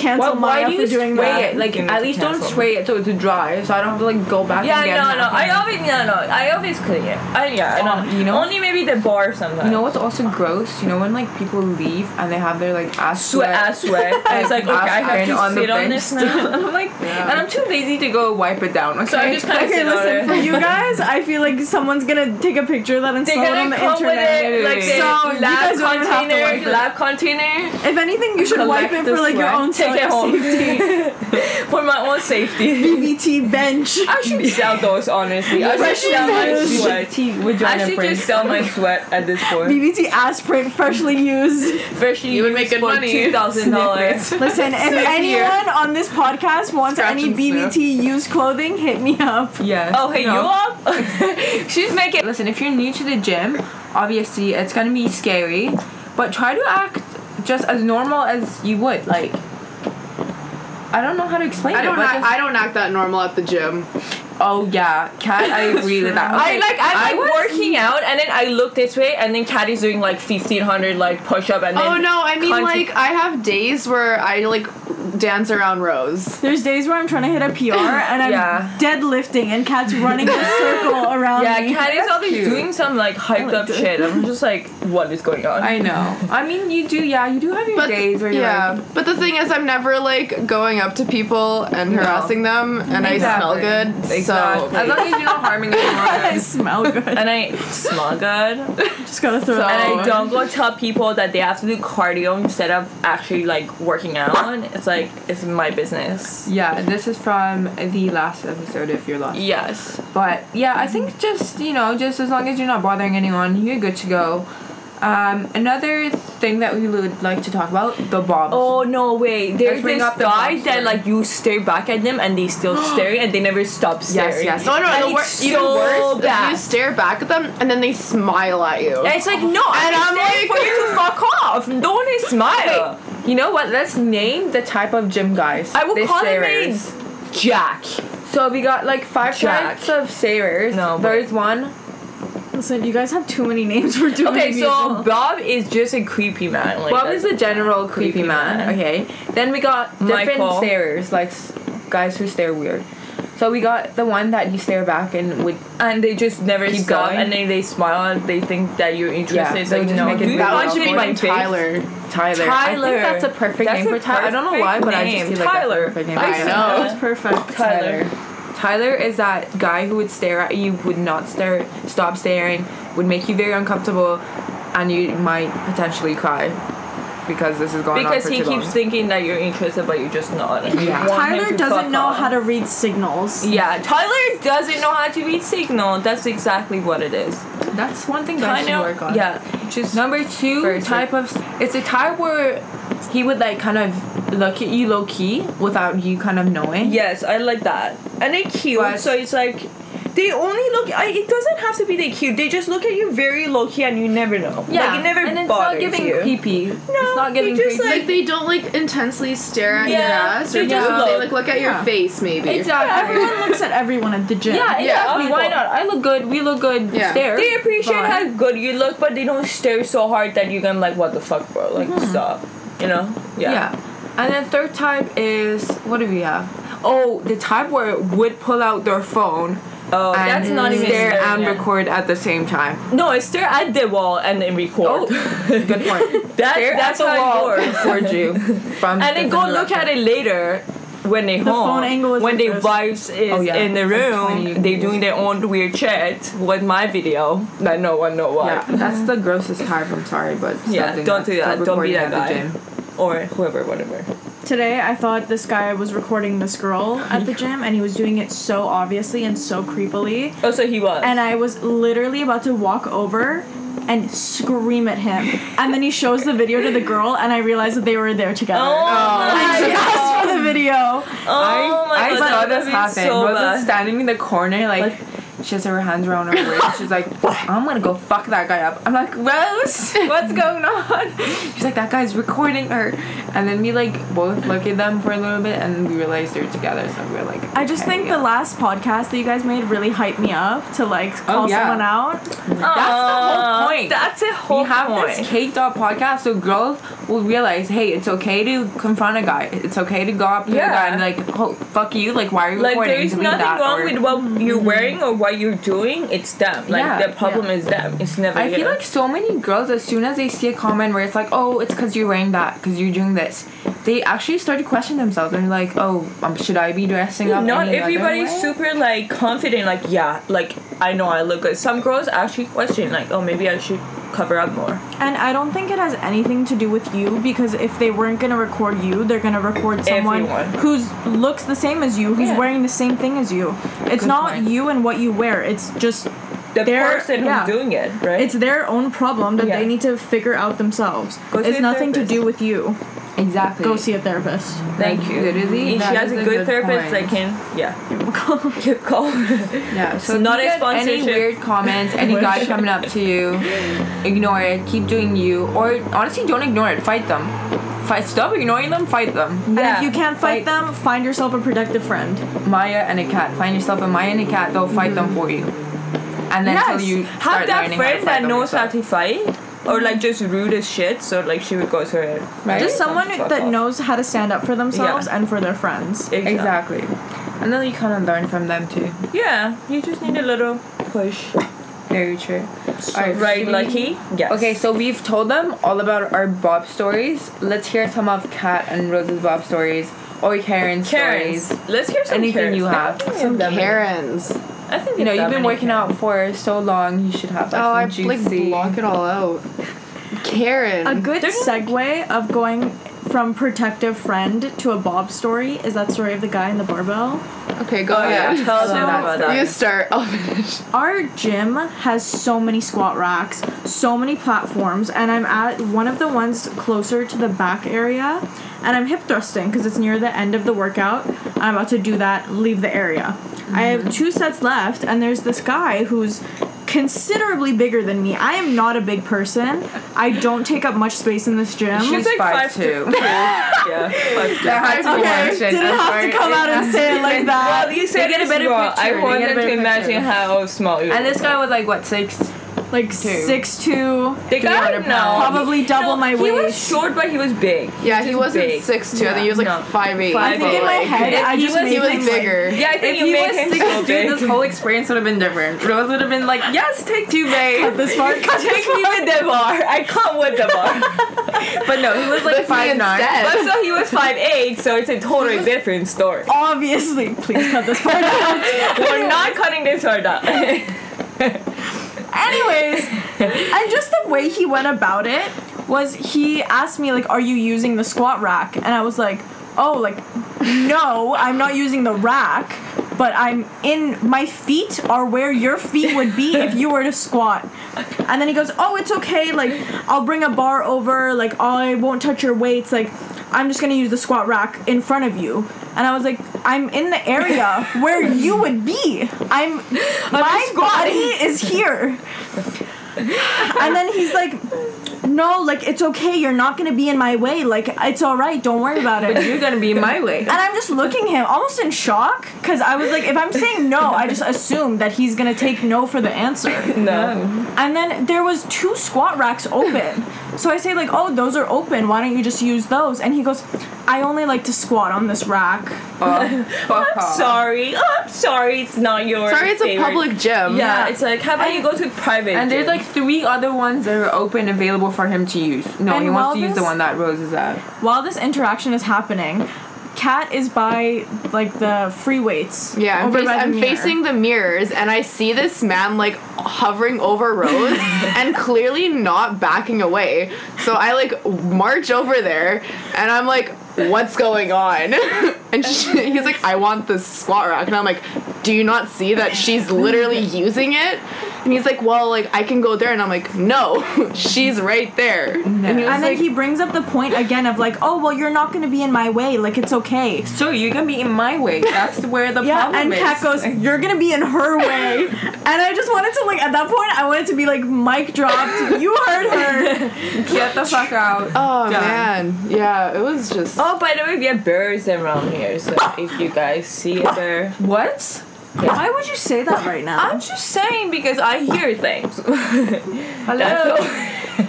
Speaker 4: Cancel
Speaker 1: why
Speaker 4: Maya
Speaker 1: do you
Speaker 4: for doing
Speaker 1: spray
Speaker 4: that.
Speaker 1: it? Like,
Speaker 2: You need
Speaker 1: at
Speaker 2: to
Speaker 1: least don't
Speaker 2: cancel.
Speaker 1: spray it so it's dry, so I don't have to like go back.
Speaker 2: yeah
Speaker 1: and get
Speaker 2: no no.
Speaker 1: that.
Speaker 2: I always no no. I always clean it. I yeah. I
Speaker 1: Oh,
Speaker 2: don't,
Speaker 1: you know-
Speaker 2: only maybe the bar sometimes.
Speaker 1: You know what's also gross? You know when like people leave and they have their like ass
Speaker 2: sweat, ass sweat. And it's like, okay, I have
Speaker 1: Aspirin
Speaker 2: to
Speaker 1: on the
Speaker 2: sit on
Speaker 1: bench.
Speaker 2: this now. I'm like,
Speaker 1: And I'm too lazy to go wipe it down. Okay.
Speaker 2: so I just kind of
Speaker 4: Okay,
Speaker 2: sit
Speaker 4: listen,
Speaker 2: on
Speaker 4: for
Speaker 2: it.
Speaker 4: you guys, I feel like someone's gonna take a picture of that and
Speaker 2: They're
Speaker 4: sell it on
Speaker 2: gonna
Speaker 4: the
Speaker 2: come with
Speaker 4: internet.
Speaker 2: it, like
Speaker 1: So,
Speaker 2: the
Speaker 4: you
Speaker 2: lab
Speaker 4: guys don't even have to wipe
Speaker 2: container,
Speaker 4: it.
Speaker 2: lab container.
Speaker 4: If anything, you should wipe it
Speaker 1: Collect
Speaker 4: for
Speaker 1: the
Speaker 4: like your
Speaker 1: sweat.
Speaker 4: own
Speaker 2: Take it home for my own safety.
Speaker 4: BBT bench.
Speaker 2: I should sell those, honestly. I should sell my
Speaker 4: Fresh
Speaker 2: sweat. I should just sell my sweat at this point.
Speaker 4: BBT aspirin freshly used.
Speaker 2: Freshly
Speaker 3: You would make
Speaker 2: used
Speaker 3: good
Speaker 2: for
Speaker 3: money.
Speaker 2: Two thousand dollars.
Speaker 4: Listen, if anyone
Speaker 3: here.
Speaker 4: on this podcast wants
Speaker 3: Scratch
Speaker 4: any
Speaker 3: and sniff.
Speaker 4: BBT used clothing, hit me up.
Speaker 1: Yes.
Speaker 2: Oh hey,
Speaker 1: No.
Speaker 2: you up? She's making.
Speaker 1: Listen, if you're new to the gym, obviously it's gonna be scary, but try to act just as normal as you would. Like, I don't know how to explain
Speaker 3: I
Speaker 1: it.
Speaker 3: don't.
Speaker 1: but
Speaker 3: Act,
Speaker 1: just-
Speaker 3: I don't act that normal at the gym.
Speaker 1: oh yeah, Kat, I agree with that.
Speaker 2: I
Speaker 1: Okay,
Speaker 2: like I'm like
Speaker 1: was-
Speaker 2: working out and then I look this way and then Kat is doing like fifteen hundred like push up and then
Speaker 3: Oh no, I mean
Speaker 2: Conti-
Speaker 3: like I have days where I like dance around rows.
Speaker 4: There's days where I'm trying to hit a PR and I'm
Speaker 2: Yeah.
Speaker 4: deadlifting and Kat's running a circle around
Speaker 2: Yeah,
Speaker 4: me.
Speaker 2: Kat is always
Speaker 1: cute.
Speaker 2: doing some like hyped up shit. I'm just like, what is going on?
Speaker 1: I know. I mean, you do. Yeah, you do have your
Speaker 3: But
Speaker 1: days where you're
Speaker 3: yeah,
Speaker 1: like,
Speaker 3: but the thing is, I'm never like going up to people and harassing them, and I smell
Speaker 1: Exactly.
Speaker 3: good.
Speaker 2: Exactly.
Speaker 1: as long as you're not harming anyone.
Speaker 4: I smell good.
Speaker 2: and I smell good.
Speaker 4: Just gotta throw
Speaker 3: So-
Speaker 4: it.
Speaker 2: And I don't go tell people that they have to do cardio instead of actually like working out. It's like it's my business.
Speaker 1: Yeah, this is from the last episode if you're lost.
Speaker 2: Yes.
Speaker 1: But yeah, I think just, you know, just as long as you're not bothering anyone, you're good to go. Um, another thing that we would like to talk about the bobs.
Speaker 2: Oh no way! There's
Speaker 1: Let's bring
Speaker 2: this
Speaker 1: up the
Speaker 2: guy
Speaker 1: box
Speaker 2: that
Speaker 1: then.
Speaker 2: like you stare back at them and they still stare and they never stop staring.
Speaker 1: yes.
Speaker 3: No, no,
Speaker 2: And
Speaker 3: the wor-
Speaker 2: it's
Speaker 3: even
Speaker 2: so
Speaker 3: worse, is
Speaker 2: bad.
Speaker 3: you stare back at them and then they smile at you.
Speaker 2: And it's like no,
Speaker 3: And
Speaker 2: I'm
Speaker 3: I'm
Speaker 2: staring
Speaker 3: like-
Speaker 2: for you to fuck off. Don't wanna smile.
Speaker 1: You know what? Let's name the type of gym guys.
Speaker 2: I will
Speaker 1: They're
Speaker 2: call him a
Speaker 1: starers.
Speaker 2: Jack.
Speaker 1: So we got like five
Speaker 2: Jack.
Speaker 1: types of starers.
Speaker 2: No, but-
Speaker 1: there's one.
Speaker 4: Listen, you guys have too many names for too many
Speaker 2: Okay, so
Speaker 4: people.
Speaker 2: Bob is just a creepy man. Like,
Speaker 1: Bob is the general creepy,
Speaker 2: creepy
Speaker 1: man.
Speaker 2: man.
Speaker 1: Okay. Then we got different
Speaker 2: Michael.
Speaker 1: starers, like s- guys who stare weird. So we got the one that you stare back and would
Speaker 2: and they just never
Speaker 1: Keep
Speaker 2: stop,
Speaker 1: going.
Speaker 2: and then they smile. and They think that you're interested.
Speaker 1: Yeah,
Speaker 2: it's
Speaker 1: they'll
Speaker 2: like
Speaker 1: just
Speaker 2: no,
Speaker 1: make it
Speaker 2: do you
Speaker 1: very
Speaker 2: want to
Speaker 3: that one should
Speaker 2: be
Speaker 3: be
Speaker 2: my
Speaker 3: named
Speaker 2: face?
Speaker 3: Tyler.
Speaker 1: Tyler. I
Speaker 2: Tyler.
Speaker 1: think that's a perfect
Speaker 2: That's
Speaker 1: name
Speaker 2: a
Speaker 1: for Tyler. I don't know why, but I
Speaker 2: perfect
Speaker 1: just feel like that's a
Speaker 2: name.
Speaker 1: perfect name.
Speaker 3: I
Speaker 1: for
Speaker 3: know.
Speaker 1: Tyler.
Speaker 4: That was perfect.
Speaker 2: Tyler.
Speaker 1: Tyler is that guy who would stare at you, would not stare, stop staring, would make you very uncomfortable, and you might potentially cry because this is going
Speaker 2: Because
Speaker 1: on for
Speaker 2: he
Speaker 1: too
Speaker 2: keeps
Speaker 1: long.
Speaker 2: thinking that you're interested, but you're just not. And you
Speaker 1: Yeah.
Speaker 2: want him
Speaker 4: Tyler
Speaker 2: to fuck
Speaker 4: doesn't know
Speaker 2: off.
Speaker 4: how to read signals.
Speaker 2: Yeah, Tyler doesn't know how to read signal. That's exactly what it is.
Speaker 1: That's one thing that I should
Speaker 2: Kinda-
Speaker 1: work on.
Speaker 2: Yeah, just
Speaker 1: Number two
Speaker 2: Very
Speaker 1: type of it's a type where he would like kind of look at you low key without you kind of knowing.
Speaker 2: Yes, I like that. And they cute,
Speaker 1: But-
Speaker 2: so it's like they only look. I, it doesn't have to be they cute. They just look at you very low key, and you never know.
Speaker 1: Yeah,
Speaker 2: like, it never
Speaker 1: and it's not
Speaker 2: bothers
Speaker 1: giving
Speaker 2: you.
Speaker 1: creepy. No, it's not
Speaker 2: they
Speaker 1: giving
Speaker 2: just,
Speaker 1: creepy.
Speaker 2: like-
Speaker 3: Like they don't like intensely stare at your
Speaker 2: Yeah,
Speaker 3: ass
Speaker 2: they
Speaker 3: or
Speaker 2: just
Speaker 3: just
Speaker 2: look.
Speaker 3: they like look at
Speaker 4: Yeah.
Speaker 3: your face maybe.
Speaker 1: exactly.
Speaker 4: Everyone looks at everyone at the gym.
Speaker 1: Yeah,
Speaker 3: Yeah.
Speaker 1: exactly. Why
Speaker 2: People.
Speaker 1: not? I look good. We look good.
Speaker 3: Yeah.
Speaker 1: Stare.
Speaker 2: They appreciate
Speaker 1: Fine.
Speaker 2: how good you look, but they don't stare so hard that you're gonna like, what the fuck, bro? Like,
Speaker 1: Mm-hmm.
Speaker 2: stop. You know?
Speaker 1: Yeah.
Speaker 2: Yeah.
Speaker 1: And then third type is what do we have? Oh, the type where it would pull out their phone
Speaker 2: Oh,
Speaker 1: and
Speaker 2: that's not even
Speaker 1: stare
Speaker 2: staring,
Speaker 1: and
Speaker 2: yeah.
Speaker 1: record at the same time.
Speaker 2: No, I stare at the wall and then record.
Speaker 1: Good point.
Speaker 2: That's that's
Speaker 1: Oh, at the
Speaker 2: how
Speaker 1: wall
Speaker 2: it works.
Speaker 1: record you from
Speaker 2: and then go
Speaker 1: different
Speaker 2: look at it later when they
Speaker 4: phone
Speaker 2: home
Speaker 4: angle is
Speaker 2: when their
Speaker 4: interesting.
Speaker 2: wives is
Speaker 1: Oh, yeah.
Speaker 2: in the
Speaker 1: Like 20
Speaker 2: room they
Speaker 1: degrees.
Speaker 2: doing their own weird chat with my video that no one know why
Speaker 1: Yeah, that's the grossest type. I'm sorry, but stop
Speaker 2: Yeah,
Speaker 1: doing
Speaker 2: don't do that.
Speaker 1: Stop
Speaker 2: Don't be
Speaker 1: recording
Speaker 2: that
Speaker 1: at the
Speaker 2: guy.
Speaker 1: gym.
Speaker 2: or whoever whatever
Speaker 4: Today, I thought this guy was recording this girl at the gym, and he was doing it so obviously and so creepily.
Speaker 2: oh so he was
Speaker 4: And I was literally about to walk over and scream at him. And then he shows the video to the girl, and I realized that they were there together.
Speaker 2: oh, my
Speaker 4: I asked for the video.
Speaker 2: oh my
Speaker 1: I,
Speaker 2: god
Speaker 1: I saw
Speaker 2: that
Speaker 1: this
Speaker 2: would've been
Speaker 1: happen.
Speaker 2: so
Speaker 1: Wasn't
Speaker 2: bad.
Speaker 1: standing in the corner like. she has her hands around her waist. She's like, I'm gonna go fuck that guy up. I'm like, Rose, what's going on? She's like, that guy's recording her. And then we like both look at them for a little bit and we realized they're together. So we were like,
Speaker 4: I just
Speaker 1: okay,
Speaker 4: think
Speaker 1: yeah.
Speaker 4: the last podcast that you guys made really hyped me up to like
Speaker 2: Oh,
Speaker 4: call
Speaker 1: yeah.
Speaker 4: someone out.
Speaker 1: that's the
Speaker 2: Aw,
Speaker 1: whole point.
Speaker 2: that's a whole
Speaker 1: we have
Speaker 2: point
Speaker 1: this caked up podcast, so girls will realize, hey, it's okay to confront a guy. It's okay to go up to
Speaker 2: Yeah.
Speaker 1: a guy and be like, oh, fuck you. Like, why are you
Speaker 2: like
Speaker 1: recording?
Speaker 2: there's
Speaker 1: Delete
Speaker 2: nothing
Speaker 1: that,"
Speaker 2: wrong
Speaker 1: or- mm-hmm.
Speaker 2: with what you're wearing or what you're doing it's them like
Speaker 1: Yeah,
Speaker 2: the problem is them it's never
Speaker 1: I
Speaker 2: you
Speaker 1: feel
Speaker 2: know.
Speaker 1: like so many girls, as soon as they see a comment where it's like, "Oh, it's because you're wearing that, because you're doing this," they actually start to question themselves. They're like, "Oh, um, should I be dressing up?"
Speaker 2: not
Speaker 1: any other
Speaker 2: everybody's
Speaker 1: way?
Speaker 2: super like confident like yeah like i know i look good some girls actually question like oh maybe i should cover up more
Speaker 4: And I don't think it has anything to do with you because if they weren't gonna record you, they're gonna record someone
Speaker 2: Everyone.
Speaker 4: who's looks the same as you, who's
Speaker 2: Yeah.
Speaker 4: wearing the same thing as you. It's not
Speaker 1: point.
Speaker 4: you and what you wear. It's just
Speaker 2: the
Speaker 4: They're-
Speaker 2: person
Speaker 4: yeah.
Speaker 2: who's doing it right
Speaker 4: it's their own problem that
Speaker 2: Yeah.
Speaker 4: they need to figure out themselves.
Speaker 2: Go see
Speaker 4: it's
Speaker 2: a
Speaker 4: nothing to
Speaker 2: therapist.
Speaker 4: do with you.
Speaker 1: Exactly.
Speaker 4: Go see a therapist.
Speaker 2: thank
Speaker 1: like,
Speaker 2: you
Speaker 1: literally,
Speaker 2: if
Speaker 1: that
Speaker 2: she has
Speaker 1: is
Speaker 2: a
Speaker 1: a
Speaker 2: good
Speaker 1: good
Speaker 2: therapist that
Speaker 1: point.
Speaker 2: can yeah keep calm
Speaker 1: Yeah. So
Speaker 2: It's
Speaker 1: if
Speaker 2: not
Speaker 1: you
Speaker 2: a
Speaker 1: get Any
Speaker 2: sponsorship.
Speaker 1: weird comments, any guy coming up to you, ignore it. Keep doing you, or honestly, don't ignore it. Fight them. Fight. Stop ignoring them. Fight them.
Speaker 4: And
Speaker 2: Yeah.
Speaker 4: if you can't
Speaker 1: Fight-
Speaker 4: fight them, find yourself a productive friend.
Speaker 1: Maya and a cat. Find yourself a Maya and a cat. They'll fight them for you. And then till you
Speaker 2: Mm-hmm. have
Speaker 1: start
Speaker 2: that
Speaker 1: learning how to
Speaker 2: friend
Speaker 1: fight
Speaker 2: that
Speaker 1: them
Speaker 2: knows how
Speaker 1: yourself.
Speaker 2: to fight or like just rude as shit so like she would go to her
Speaker 1: Right?
Speaker 4: Just someone
Speaker 2: Fuck
Speaker 4: that
Speaker 2: off.
Speaker 4: knows how to stand up for themselves and for their friends.
Speaker 2: Exactly.
Speaker 1: Exactly. And then you kind of learn from them too.
Speaker 2: yeah you just need a little push
Speaker 1: Very true. Alright,
Speaker 2: right
Speaker 1: should we-
Speaker 2: lucky yes
Speaker 1: Okay, so we've told them all about our Bob stories. Let's hear some of Kat and Rose's Bob stories or Karen's
Speaker 2: Karen's.
Speaker 1: stories.
Speaker 2: Let's hear some
Speaker 1: Anything
Speaker 2: Karens.
Speaker 1: you
Speaker 2: I
Speaker 1: have.
Speaker 2: think we
Speaker 3: Some
Speaker 2: that many.
Speaker 3: Karens.
Speaker 2: I think
Speaker 1: You know, you've been working
Speaker 2: out.
Speaker 1: out for so long, you should have like,
Speaker 3: Oh, I
Speaker 1: some
Speaker 3: like
Speaker 1: juicy.
Speaker 3: block it all out. Karen.
Speaker 4: A good
Speaker 2: They're-
Speaker 4: segue of going from protective friend to a Bob story is that story of the guy in the barbell.
Speaker 3: Okay, go
Speaker 2: Oh, yeah.
Speaker 3: ahead.
Speaker 2: Tell us more about that.
Speaker 3: You start. I'll finish.
Speaker 4: Our gym has so many squat racks, so many platforms, and I'm at one of the ones closer to the back area, and I'm hip thrusting because it's near the end of the workout. and I'm about to do that, leave the area. I have two sets left, and there's this guy who's considerably bigger than me. I am not a big person. I don't take up much space in this gym.
Speaker 1: She's
Speaker 2: like
Speaker 1: five,
Speaker 2: five
Speaker 1: two. yeah, five two.
Speaker 3: had to
Speaker 4: Okay, didn't have to come out and say it like that.
Speaker 2: Well, you said
Speaker 1: get a
Speaker 2: it's
Speaker 1: better
Speaker 2: small.
Speaker 1: picture. They
Speaker 2: I
Speaker 1: get
Speaker 2: want
Speaker 1: a
Speaker 2: them
Speaker 1: better
Speaker 2: to
Speaker 1: picture.
Speaker 2: imagine how small you.
Speaker 1: And this guy was like what six?
Speaker 4: like six two.
Speaker 2: They got him now.
Speaker 4: Probably double my
Speaker 2: He was
Speaker 4: waist.
Speaker 2: short, but he was big.
Speaker 3: Yeah, he
Speaker 2: just
Speaker 3: wasn't
Speaker 2: big.
Speaker 3: six two. I think he was like five eight.
Speaker 4: I think in my head,
Speaker 2: If
Speaker 4: I
Speaker 2: he
Speaker 4: just
Speaker 2: was-
Speaker 4: made
Speaker 3: he
Speaker 4: things
Speaker 3: was
Speaker 4: like-
Speaker 3: bigger.
Speaker 2: Yeah, I think you made him so big.
Speaker 1: this whole experience would have been different. Rose would have been like, yes, take two, babe.
Speaker 4: this part.
Speaker 2: Take me with the bar. I come with the bar.
Speaker 1: But no, he was like
Speaker 3: But he
Speaker 1: five nine.
Speaker 3: instead-
Speaker 2: but so he was five eight, so it's a totally different story.
Speaker 4: Obviously, please cut this part out.
Speaker 1: Oh.
Speaker 2: We're not cutting this part out.
Speaker 4: Anyways, and just the way he went about it was he asked me like, "Are you using the squat rack?" And I was like, "Oh, like, no, I'm not using the rack." But I'm in, my feet are where your feet would be if you were to squat. And then he goes, Oh, it's okay. Like, I'll bring a bar over. Like, I won't touch your weights. Like, I'm just gonna use the squat rack in front of you. And I was like, I'm in the area where you would be. I'm my body is here. and then he's like, No, like it's okay, you're not gonna be in my way. Like it's alright, don't worry about it.
Speaker 1: You're gonna be my way.
Speaker 4: And I'm just looking him almost in shock because I was like, if I'm saying no, I just assume that he's gonna take no for the answer.
Speaker 2: no.
Speaker 4: And then there was two squat racks open. So I say like, "Oh, those are open. Why don't you just use those?" And he goes, "I only like to squat on this rack."
Speaker 1: Oh, fuck off.
Speaker 2: Sorry. Oh, I'm sorry. It's not your.
Speaker 3: Sorry, it's a
Speaker 2: favorite.
Speaker 3: public gym.
Speaker 2: Yeah, it's like how about you go to private?
Speaker 1: And there's
Speaker 2: gym?
Speaker 1: like three other ones that are open available for him to use. No,
Speaker 4: And
Speaker 1: he wants
Speaker 4: while
Speaker 1: to use the
Speaker 4: this-
Speaker 1: one that Rose is at.
Speaker 4: While this interaction is happening, Kat is by like the free weights.
Speaker 3: Yeah, I'm,
Speaker 4: over
Speaker 3: face-
Speaker 4: by the
Speaker 3: I'm
Speaker 4: mirror.
Speaker 3: facing the mirrors and I see this man like hovering over Rose and clearly not backing away. So I like march over there and I'm like, what's going on? And she, he's like, I want this squat rack. And I'm like, do you not see that she's literally using it? And he's like, well, like I can go there. And I'm like, no, she's right there. And he was
Speaker 4: And then
Speaker 3: like,
Speaker 4: he brings up the point again of like, "Oh, well, you're not going to be in my way. Like it's okay."
Speaker 1: So you're gonna be in my way. That's where the
Speaker 4: Yeah,
Speaker 1: problem
Speaker 4: and
Speaker 1: is.
Speaker 4: Kat goes, "You're gonna be in her way," and I just wanted to like at that point, I wanted to be like, "Mic dropped. You heard her."
Speaker 1: Get the fuck out. Done.
Speaker 3: oh man, yeah, it was just.
Speaker 2: Oh, by the way, we have bears around here, so if you guys see a bear,
Speaker 1: What?
Speaker 4: Why would you say that right now?
Speaker 2: I'm just saying because I hear things.
Speaker 1: Hello.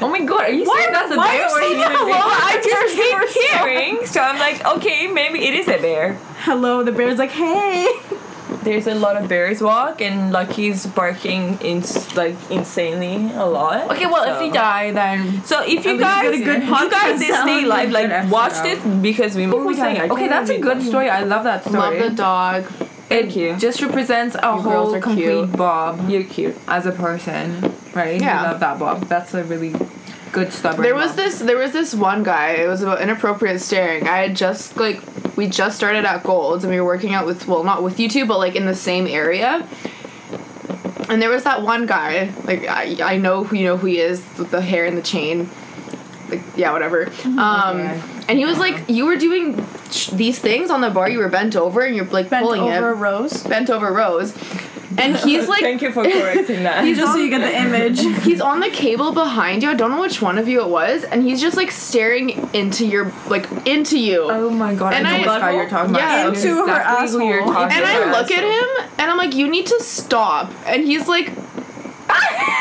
Speaker 1: oh my god, are you
Speaker 4: Why-
Speaker 1: saying that's a
Speaker 4: why
Speaker 1: bear or
Speaker 4: are you saying
Speaker 1: human
Speaker 4: hello?
Speaker 1: being?
Speaker 4: I just keep
Speaker 2: hearing, so I'm like, okay, maybe it is a bear.
Speaker 4: Hello, the bear's like, "Hey."
Speaker 2: There's a lot of bears walk, and Lucky's barking in like insanely a lot.
Speaker 1: Okay, well, if
Speaker 2: so.
Speaker 1: he die, then.
Speaker 2: So if
Speaker 1: At
Speaker 2: you
Speaker 1: least
Speaker 2: guys,
Speaker 1: get a good
Speaker 2: you guys
Speaker 1: podcast
Speaker 2: did stay
Speaker 1: sound.
Speaker 2: live,
Speaker 1: Good
Speaker 2: like
Speaker 1: episode.
Speaker 2: watched it because we. What was I saying? I
Speaker 1: Okay,
Speaker 2: can't
Speaker 1: that's a
Speaker 2: remember.
Speaker 1: good story. I love that story.
Speaker 3: Love the dog.
Speaker 1: Thank
Speaker 2: you.
Speaker 1: Just represents a
Speaker 3: You girls
Speaker 1: whole
Speaker 3: are
Speaker 1: complete
Speaker 3: cute.
Speaker 1: Bob. You're cute as a person, right? You
Speaker 3: Yeah.
Speaker 1: love that Bob. That's a really good stubborn.
Speaker 3: There was
Speaker 1: Bob.
Speaker 3: this there was this one guy, it was about inappropriate staring. I had just like we just started at Gold's and we were working out with well not with you two, but like in the same area. And there was that one guy, like I, I know who you know who he is, with the hair and the chain. Like yeah, whatever.
Speaker 2: Oh
Speaker 3: Um
Speaker 1: Okay.
Speaker 3: and he was like you were doing sh- these things on the bar, you were bent over and you're like
Speaker 4: Bent
Speaker 3: pulling
Speaker 4: over a
Speaker 3: it.
Speaker 4: rose.
Speaker 3: Bent over Rose. And he's like
Speaker 2: Thank you for correcting that.
Speaker 3: he's
Speaker 4: Just so
Speaker 3: on-
Speaker 4: you get the image.
Speaker 3: He's on the cable behind you. I don't know which one of you it was, and he's just like staring into your like into you.
Speaker 1: Oh my god!
Speaker 3: And
Speaker 1: I know
Speaker 3: I-
Speaker 1: which guy you're talking
Speaker 3: Yeah.
Speaker 1: about. I know
Speaker 4: Into her
Speaker 1: exactly who you're
Speaker 4: asshole.
Speaker 1: talking
Speaker 3: and I
Speaker 1: about.
Speaker 3: look at him and I'm like, you need to stop. And he's like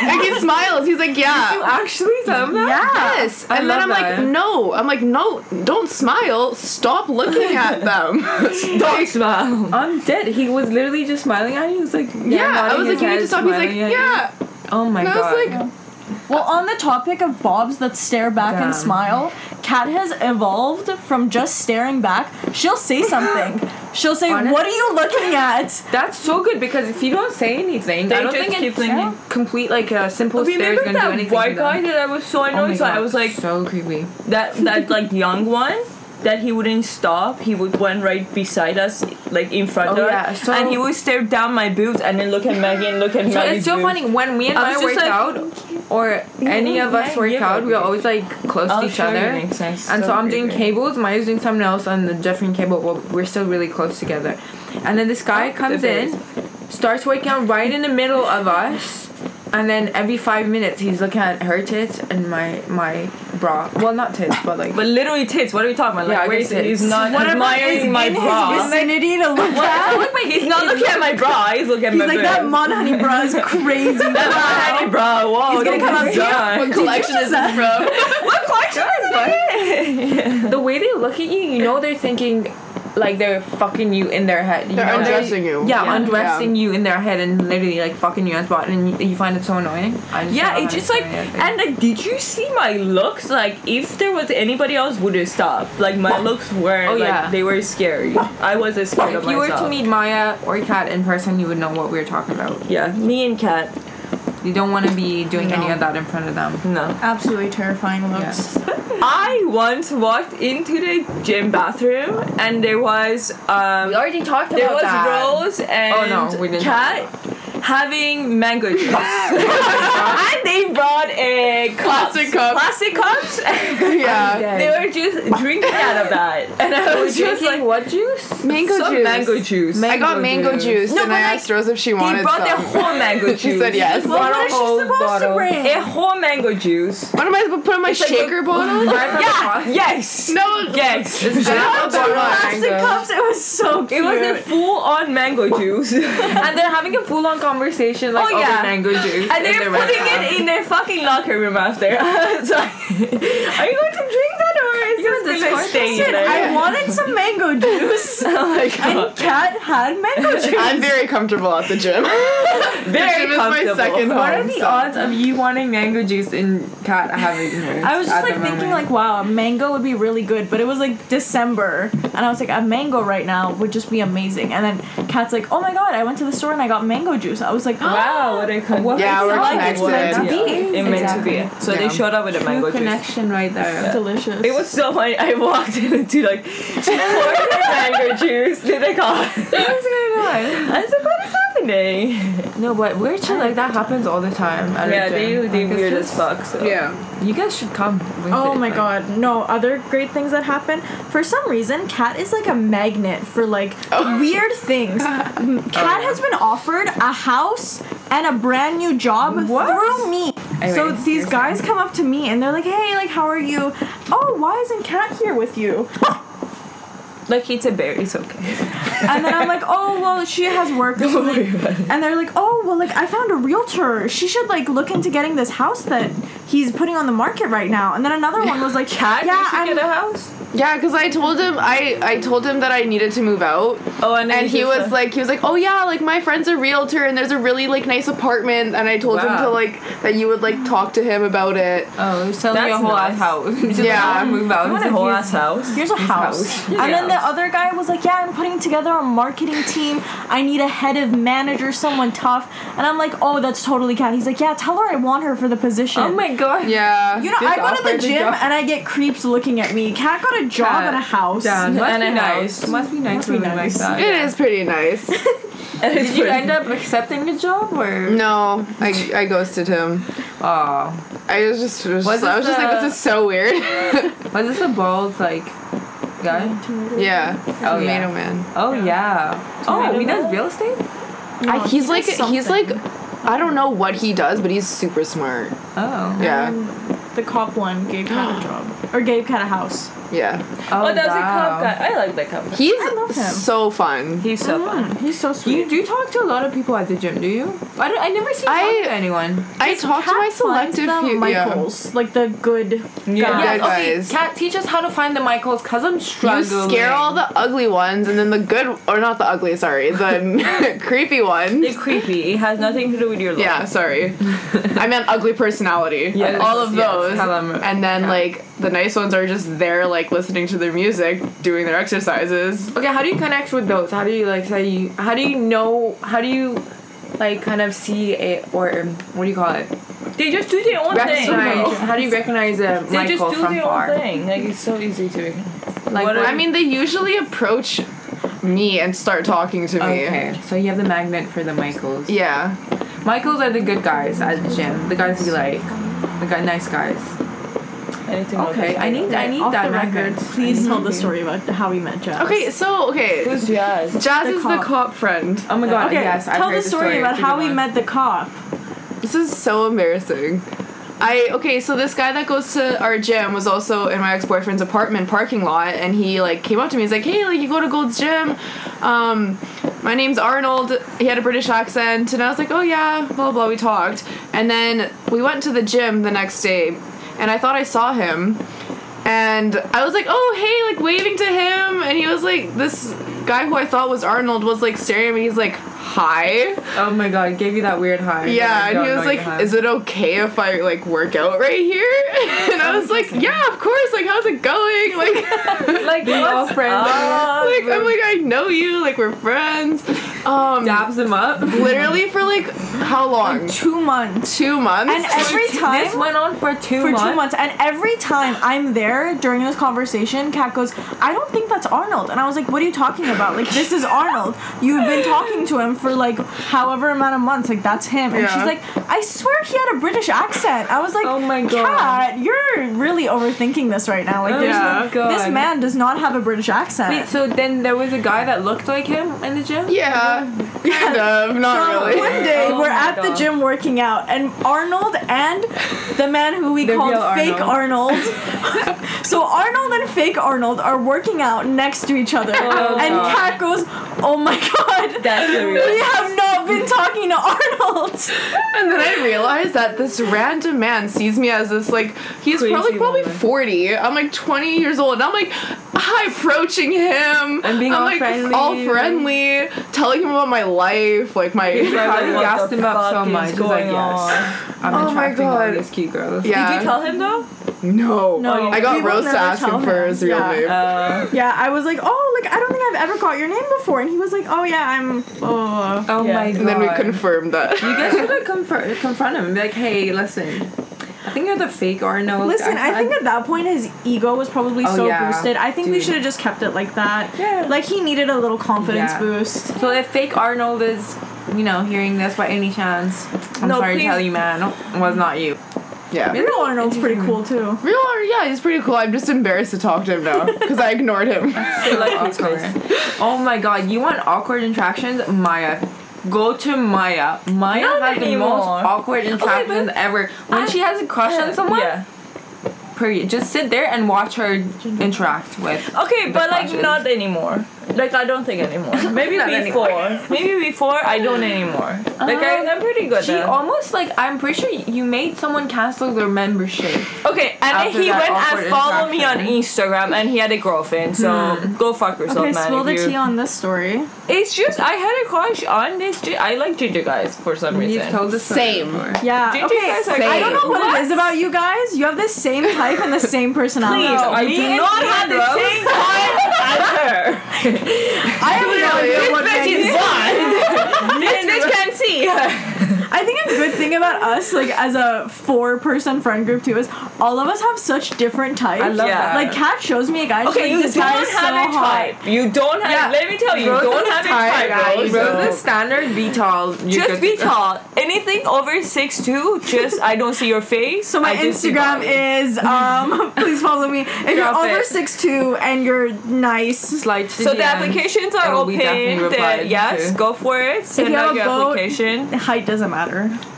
Speaker 3: And he smiles. He's like,
Speaker 1: You
Speaker 3: yeah.
Speaker 1: actually tell him that?
Speaker 3: Yes.
Speaker 1: I
Speaker 3: And then
Speaker 1: love
Speaker 3: I'm
Speaker 1: that.
Speaker 3: like, "Mm." no. I'm like, no, don't smile. Stop looking at them. stop
Speaker 2: smile.
Speaker 1: I'm dead. He was literally just smiling at you. He was like, yeah.
Speaker 3: Yeah. I
Speaker 1: nodding
Speaker 3: was like,
Speaker 1: his
Speaker 3: you need
Speaker 1: head,
Speaker 3: to stop. He's like,
Speaker 1: smiling at you.
Speaker 3: yeah.
Speaker 1: Oh my
Speaker 3: And
Speaker 1: god.
Speaker 3: I was like,
Speaker 4: Well, on the topic of bobs that stare back
Speaker 1: Damn.
Speaker 4: and smile, Kat has evolved from just staring back. She'll say something. She'll say,
Speaker 1: Honest-
Speaker 4: "What are you looking at?"
Speaker 1: That's so good because if you don't say anything,
Speaker 2: They
Speaker 1: I don't
Speaker 2: just
Speaker 1: think
Speaker 2: keep
Speaker 1: a
Speaker 2: thinking.
Speaker 1: complete like a simple stare is
Speaker 2: Remember
Speaker 1: gonna do
Speaker 2: that
Speaker 1: anything. to
Speaker 2: white guy
Speaker 1: them.
Speaker 2: that I was so
Speaker 1: Oh my
Speaker 2: annoyed? so I
Speaker 1: God,
Speaker 2: was like
Speaker 1: so creepy.
Speaker 2: that that like young one that he wouldn't stop. He would went right beside us, like in front
Speaker 1: Oh,
Speaker 2: of
Speaker 1: yeah,
Speaker 2: us,
Speaker 1: so-
Speaker 2: and he would stare down my boobs and then look at Maggie and look at
Speaker 1: So
Speaker 2: Maggie's
Speaker 1: it's so
Speaker 2: boobs.
Speaker 1: funny when we and
Speaker 2: I
Speaker 1: I,
Speaker 2: was
Speaker 1: work
Speaker 2: just like,
Speaker 1: out or any of us
Speaker 2: yeah,
Speaker 1: work
Speaker 2: yeah,
Speaker 1: out,
Speaker 2: but-
Speaker 1: we're always like close
Speaker 2: Oh,
Speaker 1: to each
Speaker 2: sure,
Speaker 1: other.
Speaker 2: it makes sense.
Speaker 1: And so,
Speaker 2: So
Speaker 1: I'm doing
Speaker 2: creepy.
Speaker 1: cables, Maya's doing something else, and the Jeffrey and cable. Well, we're still really close together. And then this guy
Speaker 2: Oh,
Speaker 1: comes
Speaker 2: the
Speaker 1: in, starts working out right in the middle of us, and then every five minutes he's looking at her tits and my my bra. Well, not tits, but like.
Speaker 2: But literally tits. What are we talking about? Like,
Speaker 1: Yeah, I
Speaker 2: where
Speaker 1: guess
Speaker 2: is it? He's
Speaker 1: tits.
Speaker 2: not
Speaker 4: Whatever is
Speaker 2: admiring my
Speaker 4: in
Speaker 2: bra.
Speaker 4: his vicinity to look at.
Speaker 2: Look, wait, he's not looking at my bra. He's looking at
Speaker 4: He's
Speaker 2: my
Speaker 4: like that
Speaker 2: boobs.
Speaker 4: mon honey bra is crazy.
Speaker 2: That mon honey bra. Whoa,
Speaker 4: He's gonna
Speaker 2: don't
Speaker 4: come up
Speaker 2: get
Speaker 4: to you.
Speaker 2: done.
Speaker 3: What collection is this from?
Speaker 2: What collection is
Speaker 1: the way they look at you, you know they're thinking like they're fucking you in their head. You
Speaker 3: They're
Speaker 1: know?
Speaker 3: undressing you.
Speaker 1: Yeah,
Speaker 2: Yeah.
Speaker 1: undressing you in their head and literally like fucking you on the spot, and you, you find it so annoying. I just
Speaker 2: Yeah,
Speaker 1: don't
Speaker 2: it's just like,
Speaker 1: understand it.
Speaker 2: and like, did you see my looks? Like, if there was anybody else, would it stop? Like, my looks were,
Speaker 1: Oh,
Speaker 2: like,
Speaker 1: yeah.
Speaker 2: they were scary. I wasn't scared of
Speaker 1: if you were
Speaker 2: myself.
Speaker 1: to meet Maya or Kat in person, you would know what we were talking about.
Speaker 2: yeah, me and Kat,
Speaker 1: You don't want to be doing any
Speaker 4: No.
Speaker 1: of that in front of them.
Speaker 2: no.
Speaker 4: Absolutely terrifying looks.
Speaker 1: Yes.
Speaker 2: I once walked into the gym bathroom and there was, um,
Speaker 1: already talked Oh,
Speaker 2: there was Rose and
Speaker 1: no, we didn't
Speaker 2: Kat having mango juice. and they brought a cups,
Speaker 3: Plastic cups.
Speaker 2: Plastic cups.
Speaker 3: Yeah.
Speaker 2: they were just drinking out of that. And I was just like,
Speaker 1: what juice?
Speaker 3: Mango
Speaker 2: some
Speaker 3: juice.
Speaker 2: mango juice.
Speaker 3: I got
Speaker 1: mango
Speaker 3: mango
Speaker 1: juice.
Speaker 3: juice,
Speaker 2: No,
Speaker 3: and
Speaker 2: but,
Speaker 3: I
Speaker 2: like,
Speaker 3: asked Rose if she
Speaker 2: they
Speaker 3: wanted
Speaker 2: brought their
Speaker 3: some.
Speaker 2: whole mango juice.
Speaker 3: She said yes.
Speaker 4: Well, what is she
Speaker 1: Bottle,
Speaker 4: supposed
Speaker 1: bottle.
Speaker 4: to bring?
Speaker 2: A whole mango juice.
Speaker 3: What am I supposed to put in my
Speaker 2: like a-
Speaker 3: shaker bottle?
Speaker 2: Yeah. Yes.
Speaker 3: No.
Speaker 2: Yes. It
Speaker 1: bottle
Speaker 3: Not the
Speaker 1: of
Speaker 3: one.
Speaker 4: Plastic
Speaker 1: Mango.
Speaker 4: cups. It was so cute.
Speaker 2: was a full-on mango juice, and
Speaker 1: and they're having a full on conversation like
Speaker 2: Oh, yeah.
Speaker 1: over mango juice. in
Speaker 2: they're
Speaker 1: the
Speaker 2: putting
Speaker 1: restaurant.
Speaker 2: it in their fucking locker room after. so, are you going to drink that or is
Speaker 1: You're
Speaker 2: this gonna
Speaker 1: disgusting.
Speaker 2: stay
Speaker 4: Listen,
Speaker 2: there?
Speaker 4: I wanted some mango juice.
Speaker 2: oh my
Speaker 4: and Kat had mango juice.
Speaker 3: I'm very comfortable at the gym.
Speaker 2: Very
Speaker 3: gym is my
Speaker 2: comfortable.
Speaker 3: second
Speaker 1: What are
Speaker 3: Um,
Speaker 1: the
Speaker 3: so-
Speaker 1: odds of you wanting mango juice and cat having hers?
Speaker 4: I was just
Speaker 1: at
Speaker 4: like
Speaker 1: the
Speaker 4: thinking
Speaker 1: moment?
Speaker 4: like, wow, a mango would be really good, but it was like December, and I was like, a mango right now would just be amazing. And then Kat's like, oh my god, I went to the store and I got mango juice. I was like,
Speaker 2: Wow, what a con-
Speaker 3: Yeah, we're
Speaker 2: like it's meant to
Speaker 3: connected.
Speaker 2: be. It meant to be. So they
Speaker 3: Yeah.
Speaker 2: showed up with a mango juice.
Speaker 1: True connection right there.
Speaker 4: delicious.
Speaker 2: It was so funny. I walked into like she poured her mango juice to the car. "Oh, I was like, what is happening?
Speaker 1: No, but weird shit like that happens all the time. At a
Speaker 2: Yeah, they
Speaker 1: gym.
Speaker 2: they
Speaker 1: Like, it's
Speaker 2: weird
Speaker 1: just-
Speaker 2: as fuck. So.
Speaker 3: yeah.
Speaker 1: You guys should come. with
Speaker 4: Oh
Speaker 1: it,
Speaker 4: my
Speaker 1: like-
Speaker 4: god, no, other great things that happen. For some reason, Kat is like a magnet for like
Speaker 2: Oh.
Speaker 4: weird things. Kat has been offered a house and a brand new job
Speaker 1: What?
Speaker 4: through me. so
Speaker 1: Anyways,
Speaker 4: these
Speaker 1: you're
Speaker 4: guys come up to me and they're like, hey, like, how are you? Oh, why isn't Kat here with you?
Speaker 2: Like it's a bear. It's okay.
Speaker 4: And then I'm like, oh, well, she has work. or something." And they're like, oh, well, like, I found a realtor. She should, like, look into getting this house that he's putting on the market right now. And then another one was like,
Speaker 2: Cat,
Speaker 4: yeah,
Speaker 2: you should
Speaker 4: I'm-
Speaker 2: get a house.
Speaker 3: Yeah, because I told him I I told him that I needed to move out,
Speaker 2: Oh, and, then
Speaker 3: and he
Speaker 2: just,
Speaker 3: was
Speaker 2: uh,
Speaker 3: like he was like oh yeah like my friend's a realtor and there's a really like nice apartment, and I told him
Speaker 2: Wow.
Speaker 3: to like that you would like talk to him about it.
Speaker 1: Oh, sell me
Speaker 2: That's
Speaker 1: a whole
Speaker 2: nice.
Speaker 1: ass house. Just
Speaker 3: Yeah.
Speaker 1: like, I wanna move out.
Speaker 2: I want a whole ass house.
Speaker 4: Here's a house.
Speaker 1: house.
Speaker 4: And then the
Speaker 2: house.
Speaker 4: other guy was like, Yeah, I'm putting together a marketing team. I need a head of manager, someone tough. And I'm like, Oh, that's totally Kat. He's like, Yeah, tell her I want her for the position.
Speaker 1: Oh my god.
Speaker 3: Yeah.
Speaker 4: you know,
Speaker 3: Just
Speaker 4: I go to
Speaker 3: offer
Speaker 4: the gym
Speaker 3: job.
Speaker 4: and I get creeps looking at me. Kat got a job
Speaker 1: Kat.
Speaker 4: and a house.
Speaker 1: Damn, must
Speaker 2: And
Speaker 1: be
Speaker 2: a
Speaker 1: nice.
Speaker 2: house.
Speaker 1: Must be nice
Speaker 4: Must be
Speaker 1: living
Speaker 4: nice.
Speaker 1: like that.
Speaker 3: It is pretty nice.
Speaker 1: Did you end up accepting the job
Speaker 4: Mm.
Speaker 1: or?
Speaker 3: No, I, I ghosted him.
Speaker 1: Oh,
Speaker 3: I was just, was
Speaker 1: Was
Speaker 3: just- I was
Speaker 1: this
Speaker 3: just like
Speaker 1: the-
Speaker 3: this is so weird.
Speaker 1: was this a bald like guy?
Speaker 3: yeah.
Speaker 1: Oh,
Speaker 3: Tomato
Speaker 1: yeah.
Speaker 3: man.
Speaker 1: Oh yeah. Oh,
Speaker 4: Tomato
Speaker 1: he does
Speaker 4: man?
Speaker 1: real estate.
Speaker 3: I,
Speaker 4: No,
Speaker 3: he's,
Speaker 4: he does
Speaker 3: like he's
Speaker 4: something.
Speaker 3: like I don't know what he does, but he's super smart.
Speaker 1: Oh.
Speaker 3: Yeah.
Speaker 4: Um, the cop one gave Kat a job. Or gave Kat a house.
Speaker 3: Yeah.
Speaker 1: Oh, that was
Speaker 2: wow.
Speaker 1: a cup guy. I like that cup. Guy.
Speaker 3: He's
Speaker 4: love him.
Speaker 3: so fun.
Speaker 1: He's so fun.
Speaker 4: Mm, He's so
Speaker 1: Do
Speaker 4: sweet.
Speaker 1: you do you talk to a lot of people at the gym? Do you? I, don't, I never see you talk
Speaker 3: I-
Speaker 1: to anyone.
Speaker 3: I talked to my
Speaker 4: Cat finds
Speaker 3: selective
Speaker 4: the
Speaker 3: few. Yeah.
Speaker 4: Michaels, like the good.
Speaker 1: Yeah,
Speaker 3: Yes, okay, guys.
Speaker 1: Cat, teach us how to find the Michaels, cause I'm
Speaker 3: You
Speaker 1: struggling.
Speaker 3: scare all the ugly ones, and then the good, or not the ugly, sorry, the creepy ones.
Speaker 1: They're creepy. It has nothing to do with your look.
Speaker 3: Yeah, sorry. I meant ugly personality.
Speaker 1: Yes,
Speaker 3: all of
Speaker 1: yes,
Speaker 3: those.
Speaker 1: how them-
Speaker 3: and then,
Speaker 1: yeah.
Speaker 3: like, the nice ones are just there, like, listening to their music, doing their exercises.
Speaker 1: Okay, how do you connect with those? How do you like say you? How do you know? How do you like kind of see it or um, what do you call it?
Speaker 2: They just do their own thing.
Speaker 1: Recognize? How do you recognize a
Speaker 2: They
Speaker 1: Michael
Speaker 2: just do
Speaker 1: from
Speaker 2: their
Speaker 1: far?
Speaker 2: own thing. Like it's so easy to recognize.
Speaker 1: Like
Speaker 2: What
Speaker 1: what-
Speaker 3: I mean, they usually approach me and start talking to me.
Speaker 1: Okay, so you have the magnet for the Michaels.
Speaker 3: Yeah.
Speaker 1: Michaels are the good guys at the gym. The guys you like. The guy, nice guys.
Speaker 2: Anything about
Speaker 1: Okay,
Speaker 2: that.
Speaker 1: I need I need
Speaker 4: Off
Speaker 1: that
Speaker 4: the record,
Speaker 1: magnet.
Speaker 4: please tell the story about how we met Jazz.
Speaker 3: Okay, so, okay.
Speaker 2: Who's Jazz?
Speaker 3: Jazz is the
Speaker 4: cop.
Speaker 3: cop friend.
Speaker 1: Oh my god!
Speaker 4: Okay,
Speaker 1: yes, I've
Speaker 4: tell
Speaker 1: heard
Speaker 4: the story about
Speaker 1: It's a
Speaker 4: how
Speaker 1: good
Speaker 4: we
Speaker 1: one.
Speaker 4: met the cop.
Speaker 3: This is so embarrassing. I okay, so this guy that goes to our gym was also in my ex boyfriend's apartment parking lot, and he like came up to me. He's like, "Hey, like you go to Gold's Gym? Um, my name's Arnold." He had a British accent, and I was like, "Oh yeah, blah blah." We talked, and then we went to the gym the next day, and I thought I saw him, and I was like, "Oh hey," like waving to him, and he was like, "This guy who I thought was Arnold was like staring at me. He's like." Hi.
Speaker 1: Oh my god! it Gave you that weird high. that I
Speaker 3: Yeah, and
Speaker 1: don't
Speaker 3: he was
Speaker 1: know you
Speaker 3: like,
Speaker 1: have.
Speaker 3: "Is it okay if I like work out right here?" And I was like, "Yeah, of course. Like, how's it going?" Like,
Speaker 1: like being all friends?
Speaker 3: like I'm like, I know you. Like, we're friends. Um,
Speaker 1: dabs him up.
Speaker 3: literally for like how long?
Speaker 4: Two months.
Speaker 3: Two months.
Speaker 4: And every time
Speaker 1: This went on for two
Speaker 4: for
Speaker 1: months.
Speaker 4: two months, and every time I'm there during this conversation, Kat goes, "I don't think that's Arnold," and I was like, "What are you talking about? Like this is Arnold. You've been talking to him for like however amount of months. Like that's him." And
Speaker 3: Yeah.
Speaker 4: she's like, "I swear he had a British accent." I was like,
Speaker 1: Oh my God.
Speaker 4: Kat, you're really overthinking this right now. Like
Speaker 1: Oh
Speaker 4: there's
Speaker 1: my
Speaker 3: Yeah.
Speaker 4: no,
Speaker 1: god!
Speaker 4: this man does not have a British accent."
Speaker 1: Wait, so then there was a guy that looked like him in the gym.
Speaker 3: yeah, kind of.
Speaker 4: So
Speaker 3: Not
Speaker 4: one
Speaker 3: really.
Speaker 4: day
Speaker 1: Oh
Speaker 4: we're
Speaker 1: my
Speaker 4: at the
Speaker 1: God.
Speaker 4: gym working out, and Arnold and the man who we
Speaker 1: The
Speaker 4: called
Speaker 1: real
Speaker 4: fake Arnold. so Arnold and fake Arnold are working out next to each other,
Speaker 1: Oh
Speaker 4: and
Speaker 1: God.
Speaker 4: Kat goes, "Oh my God,
Speaker 1: That's the real-
Speaker 4: we have not been talking to Arnold."
Speaker 3: And then I realized that this random man sees me as this like he's
Speaker 1: Crazy
Speaker 3: probably probably
Speaker 1: woman.
Speaker 3: forty. I'm like twenty years old, and I'm like hi, approaching him.
Speaker 1: And being
Speaker 3: I'm
Speaker 1: all
Speaker 3: like
Speaker 1: friendly.
Speaker 3: all friendly, telling him about my life, like my
Speaker 1: Like,
Speaker 2: What
Speaker 1: gassed
Speaker 2: the
Speaker 1: him up so
Speaker 2: fuck is
Speaker 1: much. He's like,
Speaker 2: going
Speaker 1: yes, I'm
Speaker 3: Oh my
Speaker 1: attracting all
Speaker 3: God.
Speaker 1: these cute girls.
Speaker 3: yeah.
Speaker 2: Did you tell him though?
Speaker 3: No,
Speaker 4: No.
Speaker 3: I
Speaker 4: We
Speaker 3: got
Speaker 4: will
Speaker 3: Rose to
Speaker 4: never
Speaker 3: ask
Speaker 4: tell
Speaker 3: him for
Speaker 4: him.
Speaker 3: his real
Speaker 4: Yeah.
Speaker 3: name.
Speaker 1: Uh,
Speaker 4: yeah, I was like, "Oh, like I don't think I've ever caught your name before," and he was like, "Oh yeah, I'm." Oh.
Speaker 1: oh
Speaker 2: Yeah.
Speaker 1: my god!
Speaker 3: and then we confirmed that.
Speaker 1: You guys should like confront confront him and be like, hey, listen. I think you're the fake Arnold.
Speaker 4: Listen, I think at that point his ego was probably
Speaker 1: Oh,
Speaker 4: so
Speaker 1: yeah.
Speaker 4: boosted. I think we
Speaker 1: Dude.
Speaker 4: should have just kept it like that.
Speaker 1: Yeah.
Speaker 4: Like he needed a little confidence
Speaker 1: Yeah.
Speaker 4: boost.
Speaker 1: so. If fake Arnold is, you know, hearing this by any chance, I'm
Speaker 2: No,
Speaker 1: sorry
Speaker 2: please.
Speaker 1: to tell you, man, it was not you.
Speaker 3: yeah.
Speaker 4: Real Arnold's pretty cool too.
Speaker 3: Real or yeah, he's pretty cool. I'm just embarrassed to talk to him now because I ignored him.
Speaker 1: Awkward. Oh my god, you want awkward interactions, Maya? Go to Maya. Maya
Speaker 2: Not
Speaker 1: has the
Speaker 2: anymore.
Speaker 1: most awkward interactions ever. When
Speaker 2: I-
Speaker 1: she has a crush on someone,
Speaker 2: Yeah.
Speaker 1: period. Just sit there and watch her interact with.
Speaker 2: Okay, but like
Speaker 1: crushes.
Speaker 2: not anymore. Like I don't think anymore. Maybe
Speaker 1: Not
Speaker 2: before. Maybe before I don't anymore. Like I,
Speaker 1: Um,
Speaker 2: I'm pretty good.
Speaker 1: She
Speaker 2: at-
Speaker 1: almost like I'm pretty sure you made someone cancel their membership.
Speaker 2: Okay, and then
Speaker 1: After
Speaker 2: he
Speaker 1: that
Speaker 2: went
Speaker 1: awkward
Speaker 2: and followed me on
Speaker 1: interaction. Hmm.
Speaker 2: Instagram, and he had a girlfriend. So go fuck yourself,
Speaker 4: Okay,
Speaker 2: man.
Speaker 4: spill the
Speaker 2: if you-
Speaker 4: tea on this story.
Speaker 2: It's just I had a crush on this. gi- I like ginger guys for some
Speaker 1: You've
Speaker 2: reason.
Speaker 1: told the story
Speaker 3: Same.
Speaker 1: before.
Speaker 4: Yeah.
Speaker 2: Ginger
Speaker 4: okay.
Speaker 2: guys are
Speaker 4: I don't know what,
Speaker 2: What?
Speaker 4: it is about you guys. You have the same type and the same personality.
Speaker 2: Please, I do
Speaker 1: and
Speaker 2: not have the
Speaker 1: Leandro.
Speaker 2: same time as her.
Speaker 4: I have no idea what
Speaker 2: This bitch
Speaker 4: Megan-
Speaker 2: is blind. This bitch can't see.
Speaker 4: I think a good thing about us, like as a four-person friend group too, is all of us have such different types.
Speaker 1: I love
Speaker 2: Yeah.
Speaker 1: that.
Speaker 4: Like Kat shows me a guy. She's
Speaker 2: Okay,
Speaker 4: like,
Speaker 2: you
Speaker 4: this
Speaker 2: don't
Speaker 4: guy is
Speaker 2: have
Speaker 4: so
Speaker 2: a
Speaker 4: hot.
Speaker 2: type. You don't have.
Speaker 1: Yeah.
Speaker 2: Let me tell you, you
Speaker 1: Rosa's
Speaker 2: don't have
Speaker 1: type,
Speaker 2: a type.
Speaker 1: guys.
Speaker 2: Rose.
Speaker 1: Rosa's standard be tall. You
Speaker 2: Just
Speaker 1: could-
Speaker 2: be tall. Anything over six two, just I don't see your face.
Speaker 4: So my Instagram is um please follow me. If you're
Speaker 1: Drop
Speaker 4: over
Speaker 1: it.
Speaker 4: six two and you're nice,
Speaker 1: Slide to
Speaker 2: So the
Speaker 1: end.
Speaker 2: applications are
Speaker 1: And we
Speaker 2: open.
Speaker 1: definitely
Speaker 2: The-
Speaker 1: replied
Speaker 2: yes,
Speaker 1: to-
Speaker 2: go for it. Send
Speaker 4: you
Speaker 2: out
Speaker 4: have a
Speaker 2: your
Speaker 4: boat-
Speaker 2: application.
Speaker 4: height doesn't matter.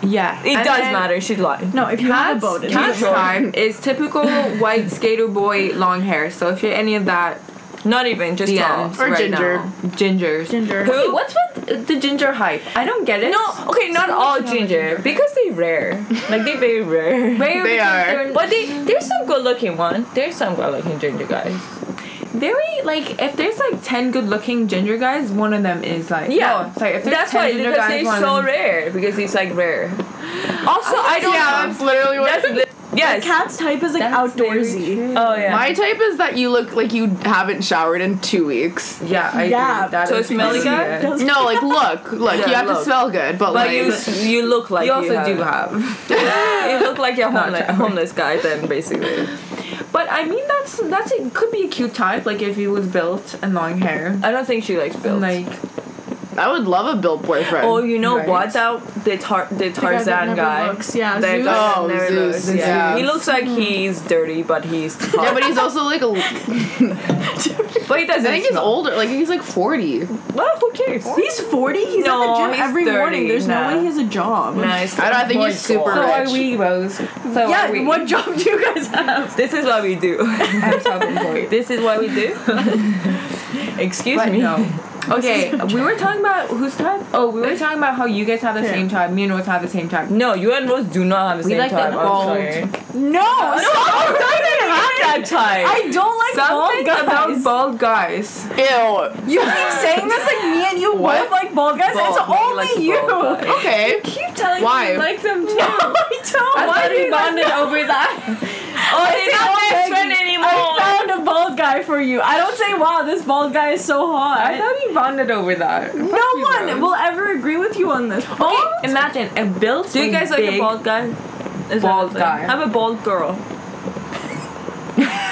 Speaker 1: Yeah,
Speaker 2: It does matter. She's lying.
Speaker 4: No, if you have a
Speaker 1: Cat's,
Speaker 4: boat, it
Speaker 1: cat's
Speaker 4: doesn't-
Speaker 1: time is typical white skater boy long hair. So if you're any of that,
Speaker 2: Not even just
Speaker 1: DMs
Speaker 2: tall.
Speaker 3: Or
Speaker 1: right
Speaker 3: ginger.
Speaker 1: now. Gingers.
Speaker 4: Ginger.
Speaker 1: Who? what's with the ginger hype? I don't get it.
Speaker 2: No, okay, not all ginger because they rare. Like they very rare.
Speaker 1: Rare
Speaker 3: They
Speaker 1: because
Speaker 3: are.
Speaker 1: they're-
Speaker 2: But they, there's some good looking one. There's some good looking ginger guys.
Speaker 1: Very like if there's like ten good looking ginger guys, one of them is like
Speaker 2: Yeah,
Speaker 1: No, it's like if there's
Speaker 2: that's
Speaker 1: 10
Speaker 2: why
Speaker 1: ginger
Speaker 2: because
Speaker 1: guys,
Speaker 2: they're
Speaker 1: one
Speaker 2: so
Speaker 1: of them,
Speaker 2: rare because it's like rare. Also, I don't.
Speaker 3: Yeah, that's literally what.
Speaker 2: That's the, yes.
Speaker 4: Cat's type is like
Speaker 1: That's very
Speaker 4: outdoorsy.
Speaker 2: oh yeah.
Speaker 3: My type is that you look like you haven't showered in two weeks.
Speaker 1: Yeah, I
Speaker 4: Yeah.
Speaker 1: agree. That
Speaker 2: So
Speaker 1: is
Speaker 2: smelly
Speaker 1: kinda
Speaker 2: guy?
Speaker 1: weird.
Speaker 4: Does-
Speaker 3: No, like look, look.
Speaker 2: Yeah,
Speaker 3: you have
Speaker 2: look.
Speaker 3: to smell good, but,
Speaker 2: but
Speaker 3: like
Speaker 2: you s- you look like
Speaker 1: You also do
Speaker 2: have.
Speaker 1: have.
Speaker 2: you look like you're homeless,
Speaker 1: true.
Speaker 2: homeless guy then basically.
Speaker 1: But I mean that's that's it could be a cute type, like if he was built and long hair.
Speaker 2: I don't think she likes
Speaker 1: And
Speaker 2: built.
Speaker 1: like
Speaker 3: I would love a built boyfriend.
Speaker 2: oh, you know
Speaker 1: Right.
Speaker 2: what? That the tar- the
Speaker 4: guy that
Speaker 2: Tarzan
Speaker 4: never
Speaker 2: guy.
Speaker 4: looks, yeah,
Speaker 2: That
Speaker 4: Zeus.
Speaker 2: guy that
Speaker 3: Oh,
Speaker 2: never
Speaker 3: Zeus,
Speaker 2: looks,
Speaker 3: yeah.
Speaker 2: He looks like he's dirty, but he's hot.
Speaker 3: yeah, but he's also like a. I
Speaker 2: but he doesn't.
Speaker 3: think he's
Speaker 2: smell.
Speaker 3: older. Like he's like forty.
Speaker 2: Well, who cares?
Speaker 4: He's 40? He's
Speaker 2: No,
Speaker 4: at the
Speaker 2: he's
Speaker 4: gym every
Speaker 2: 30,
Speaker 4: morning. There's
Speaker 2: nah.
Speaker 4: no way he has a job.
Speaker 2: nice.
Speaker 3: I don't. I think he's super
Speaker 1: so are
Speaker 3: rich.
Speaker 1: we, Rose. So
Speaker 4: Yeah,
Speaker 1: are we.
Speaker 4: what job do you guys have?
Speaker 2: This is what we do.
Speaker 1: I'm self-employed.
Speaker 2: This is what we do. Excuse
Speaker 1: But
Speaker 2: me.
Speaker 1: no. Okay, we were talking about whose type? Oh, we were talking about how you guys have the same type. Me and Rose have the same type.
Speaker 2: No, you and Rose do not have the
Speaker 1: We
Speaker 2: same
Speaker 1: like
Speaker 2: type.
Speaker 1: them
Speaker 2: I'm
Speaker 1: bald.
Speaker 2: sorry.
Speaker 4: No,
Speaker 2: Rose doesn't have that type.
Speaker 4: I don't like
Speaker 1: Something
Speaker 4: bald guys.
Speaker 1: about bald guys.
Speaker 3: Ew.
Speaker 4: you keep saying this like me and you
Speaker 3: What?
Speaker 4: both like bald guys.
Speaker 2: Bald.
Speaker 4: It's
Speaker 2: We
Speaker 4: only
Speaker 2: like
Speaker 4: you.
Speaker 2: bald guys.
Speaker 3: Okay.
Speaker 4: keep telling
Speaker 3: Why?
Speaker 4: me you like them too. I don't.
Speaker 1: I
Speaker 4: Why
Speaker 1: thought
Speaker 4: do
Speaker 1: we
Speaker 4: you like
Speaker 1: bonded over that.
Speaker 2: oh, they're not best friend anymore.
Speaker 4: I found a bald guy for you. I don't say, wow, this bald guy is so hot.
Speaker 1: I thought we bonded over that.
Speaker 4: no one will ever agree with you on this. Bald?
Speaker 1: Imagine a built.
Speaker 2: do you guys like a bald guy? Is that
Speaker 1: bald
Speaker 2: a thing?
Speaker 1: guy.
Speaker 2: I'm a bald girl.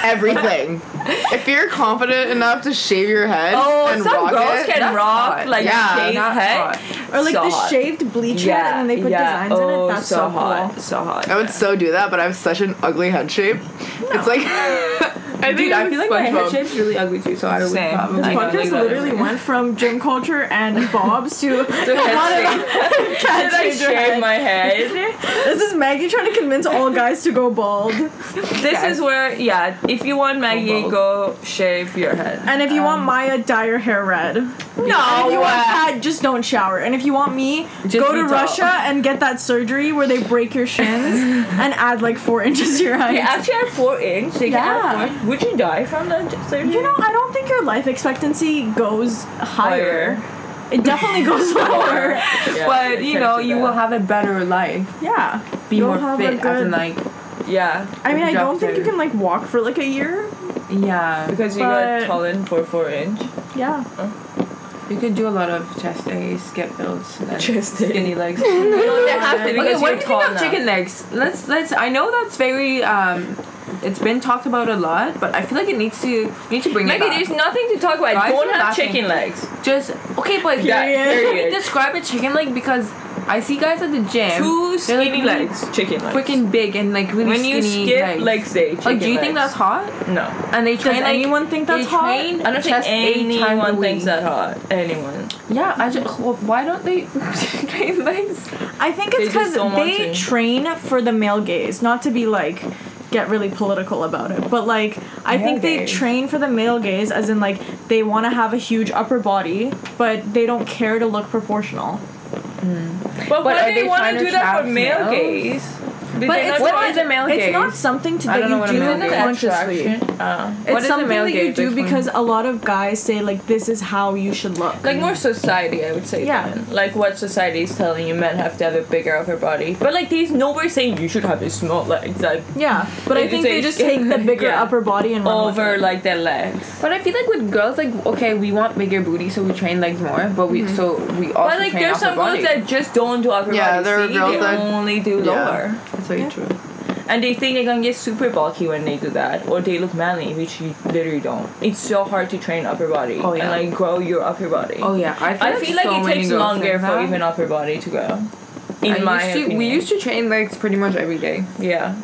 Speaker 3: Everything. if you're confident enough to shave your head and
Speaker 2: Oh, some
Speaker 3: rock
Speaker 2: girls
Speaker 3: it,
Speaker 2: can
Speaker 1: That's
Speaker 2: rock
Speaker 1: hot.
Speaker 2: like
Speaker 3: Yeah.
Speaker 2: shaved
Speaker 1: That's
Speaker 2: head.
Speaker 1: hot.
Speaker 4: Or like
Speaker 2: so
Speaker 4: the
Speaker 2: hot.
Speaker 4: shaved bleach head and then they put
Speaker 2: yeah.
Speaker 4: designs
Speaker 2: oh,
Speaker 4: in it. That's
Speaker 2: so,
Speaker 4: so, cool.
Speaker 2: hot, so hot.
Speaker 3: I would so do that, but I have such an ugly head shape. It's like I
Speaker 1: Dude, I
Speaker 3: I'm
Speaker 1: feel like my head
Speaker 3: SpongeBob.
Speaker 1: shape's really ugly too, so I would
Speaker 2: Same.
Speaker 1: probably.
Speaker 4: This
Speaker 2: I know,
Speaker 4: podcast
Speaker 2: like that.
Speaker 4: literally went from gym culture and Bob's to
Speaker 2: Should I
Speaker 4: cat
Speaker 2: shave
Speaker 4: shape.
Speaker 2: my head?
Speaker 4: This is Maggie trying to convince all guys to go bald.
Speaker 2: this is where, yeah, if you want Maggie,
Speaker 1: bald.
Speaker 2: go shave your head.
Speaker 4: And if you
Speaker 2: Um,
Speaker 4: want Maya, dye your hair red.
Speaker 2: No,
Speaker 4: If you want Kat, just don't shower. And if you want me, go
Speaker 1: be
Speaker 4: to
Speaker 1: tall.
Speaker 4: Russia and get that surgery where they break your shins and add like four inches to your height.
Speaker 2: They actually have four inch. They
Speaker 4: Yeah.
Speaker 2: can have four. Would you die from that j- surgery?
Speaker 4: You know, I don't think your life expectancy goes higher. It definitely goes lower.
Speaker 2: Yeah, it
Speaker 1: But
Speaker 2: tends
Speaker 1: you know,
Speaker 2: to
Speaker 1: you
Speaker 2: that.
Speaker 1: will have a better life.
Speaker 4: Yeah.
Speaker 1: Be
Speaker 4: You'll
Speaker 1: more
Speaker 4: have a
Speaker 1: fit, as in
Speaker 4: good-
Speaker 1: like,
Speaker 2: Yeah,
Speaker 4: I mean, I don't think you
Speaker 1: Productive.
Speaker 4: can like walk for like a year.
Speaker 1: yeah,
Speaker 2: because you
Speaker 4: But-
Speaker 2: got taller for four inch.
Speaker 4: Yeah.
Speaker 1: you could do a lot of chest days, skip builds, and then
Speaker 2: Chest day.
Speaker 1: skinny legs.
Speaker 2: No, they have to
Speaker 1: Okay,
Speaker 2: because
Speaker 1: what do
Speaker 2: you're
Speaker 1: you
Speaker 2: tall
Speaker 1: think of
Speaker 2: now.
Speaker 1: chicken legs? Let's let's. I know that's very. Um, it's been talked about a lot, but I feel like it needs to we need to bring
Speaker 2: Maggie,
Speaker 1: it
Speaker 2: there's
Speaker 1: back.
Speaker 2: nothing to talk about.
Speaker 1: Guys
Speaker 2: don't
Speaker 1: are
Speaker 2: have
Speaker 1: laughing.
Speaker 2: chicken legs.
Speaker 1: Just okay, but
Speaker 2: That, period.
Speaker 1: describe a chicken leg because I see guys at the gym
Speaker 2: Two
Speaker 1: they're, like,
Speaker 2: skinny
Speaker 1: really
Speaker 2: legs. Chicken legs.
Speaker 1: freaking big and like really
Speaker 2: when
Speaker 1: skinny
Speaker 2: you skip
Speaker 1: legs.
Speaker 2: legs day,
Speaker 1: like, do you think that's hot?
Speaker 2: No,
Speaker 1: And they train.
Speaker 4: Does
Speaker 1: like,
Speaker 4: anyone think
Speaker 1: they
Speaker 4: that's hot?
Speaker 1: train
Speaker 2: I don't think
Speaker 1: chest eight times a
Speaker 2: anyone
Speaker 1: week.
Speaker 2: thinks that hot. Anyone?
Speaker 1: Yeah, I just well, why don't they train legs?
Speaker 4: I think
Speaker 2: They just
Speaker 4: it's because
Speaker 2: don't want
Speaker 4: they
Speaker 2: to.
Speaker 4: train for the male gaze, not to be like get really political about it, but like I
Speaker 1: Male
Speaker 4: think they
Speaker 1: gaze.
Speaker 4: train for the male gaze, as in like they want to have a huge upper body, but they don't care to look proportional.
Speaker 2: But, why
Speaker 1: are
Speaker 2: do they
Speaker 1: they
Speaker 2: want
Speaker 1: trying
Speaker 2: to
Speaker 1: to
Speaker 2: do that for
Speaker 1: trap
Speaker 2: male
Speaker 1: males?
Speaker 2: gaze?
Speaker 4: But it's
Speaker 1: what
Speaker 4: not,
Speaker 1: is a male
Speaker 4: it's
Speaker 1: gaze?
Speaker 4: not something to,
Speaker 1: I
Speaker 4: that
Speaker 1: don't know what a
Speaker 4: you
Speaker 1: male
Speaker 4: do
Speaker 1: gaze is.
Speaker 4: consciously.
Speaker 2: Uh,
Speaker 4: It's
Speaker 1: What is a
Speaker 4: something
Speaker 1: male
Speaker 4: that you
Speaker 1: gaze?
Speaker 4: do
Speaker 1: Explain.
Speaker 4: because a lot of guys say like this is how you should look.
Speaker 2: like more society, I would say.
Speaker 4: Yeah.
Speaker 2: then. Like what society is telling you, men have to have a bigger upper body. But like, there's nowhere saying you should have a small legs. Like
Speaker 4: yeah, but
Speaker 2: They
Speaker 4: I
Speaker 2: just
Speaker 4: think
Speaker 2: say
Speaker 4: they just
Speaker 2: skin-
Speaker 4: take the bigger
Speaker 2: yeah.
Speaker 4: upper body and run with
Speaker 2: over
Speaker 4: it.
Speaker 2: like their legs.
Speaker 1: But I feel like with girls, like okay, we want bigger booty, so we train legs more. But we
Speaker 4: Mm-hmm.
Speaker 1: so we also
Speaker 2: But like,
Speaker 1: train
Speaker 2: there's
Speaker 1: upper
Speaker 2: some girls
Speaker 1: body.
Speaker 2: that just don't do upper
Speaker 3: Yeah,
Speaker 2: body.
Speaker 3: there are
Speaker 2: See?
Speaker 3: girls
Speaker 2: they
Speaker 3: that-
Speaker 2: only do
Speaker 3: Yeah.
Speaker 2: lower,
Speaker 1: That's very true.
Speaker 2: and they think they're gonna get super bulky when they do that, or they look manly, which you literally don't. It's so hard to train upper body
Speaker 1: Oh, yeah.
Speaker 2: and like grow your upper body.
Speaker 1: Oh yeah, I feel
Speaker 2: I
Speaker 1: like,
Speaker 2: feel like
Speaker 1: so
Speaker 2: it
Speaker 1: many
Speaker 2: takes
Speaker 1: girls
Speaker 2: longer
Speaker 1: think
Speaker 2: for
Speaker 1: that.
Speaker 2: even upper body to grow. In
Speaker 1: I
Speaker 2: my
Speaker 1: used to, we
Speaker 2: opinion.
Speaker 1: used to train legs pretty much every day,
Speaker 2: yeah.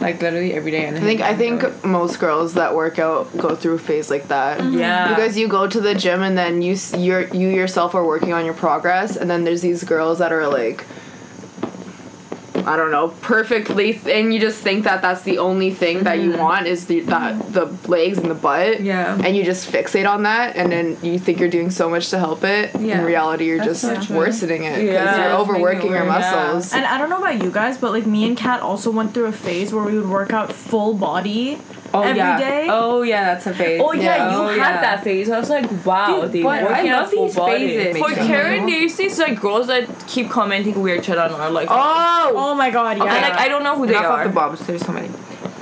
Speaker 1: like literally every day. And
Speaker 3: I think I think most girls that work out go through a phase like that.
Speaker 1: Mm-hmm.
Speaker 2: Yeah.
Speaker 3: Because you go to the gym and then you s- you're, you yourself are working on your progress and then there's these girls that are like I don't know, perfectly, th- and you just think that that's the only thing that you want is the that the legs and the butt.
Speaker 1: Yeah.
Speaker 3: And you just fixate on that, and then you think you're doing so much to help it.
Speaker 1: Yeah.
Speaker 3: In reality, you're
Speaker 1: That's so
Speaker 3: just
Speaker 1: true.
Speaker 3: worsening it because
Speaker 1: Yeah,
Speaker 3: you're
Speaker 1: it's
Speaker 3: overworking
Speaker 1: making it
Speaker 3: your
Speaker 1: worse.
Speaker 3: muscles.
Speaker 4: And I don't know about you guys, but like me and Kat also went through a phase where we would work out full body every
Speaker 1: yeah.
Speaker 4: day.
Speaker 1: Oh yeah, that's a phase.
Speaker 2: Oh yeah, you
Speaker 1: Oh,
Speaker 2: had
Speaker 1: yeah.
Speaker 2: that phase. I was like, wow, dude.
Speaker 1: but I
Speaker 2: working out
Speaker 1: love
Speaker 2: full
Speaker 1: these
Speaker 2: body.
Speaker 1: phases.
Speaker 2: For
Speaker 1: Makes sense.
Speaker 2: Karen, there's these like girls that keep commenting weird shit on our like.
Speaker 3: Oh,
Speaker 4: Oh my god, yeah.
Speaker 2: and like I don't know who Oh, they
Speaker 1: Enough
Speaker 2: are.
Speaker 1: of the bobs. There's so many.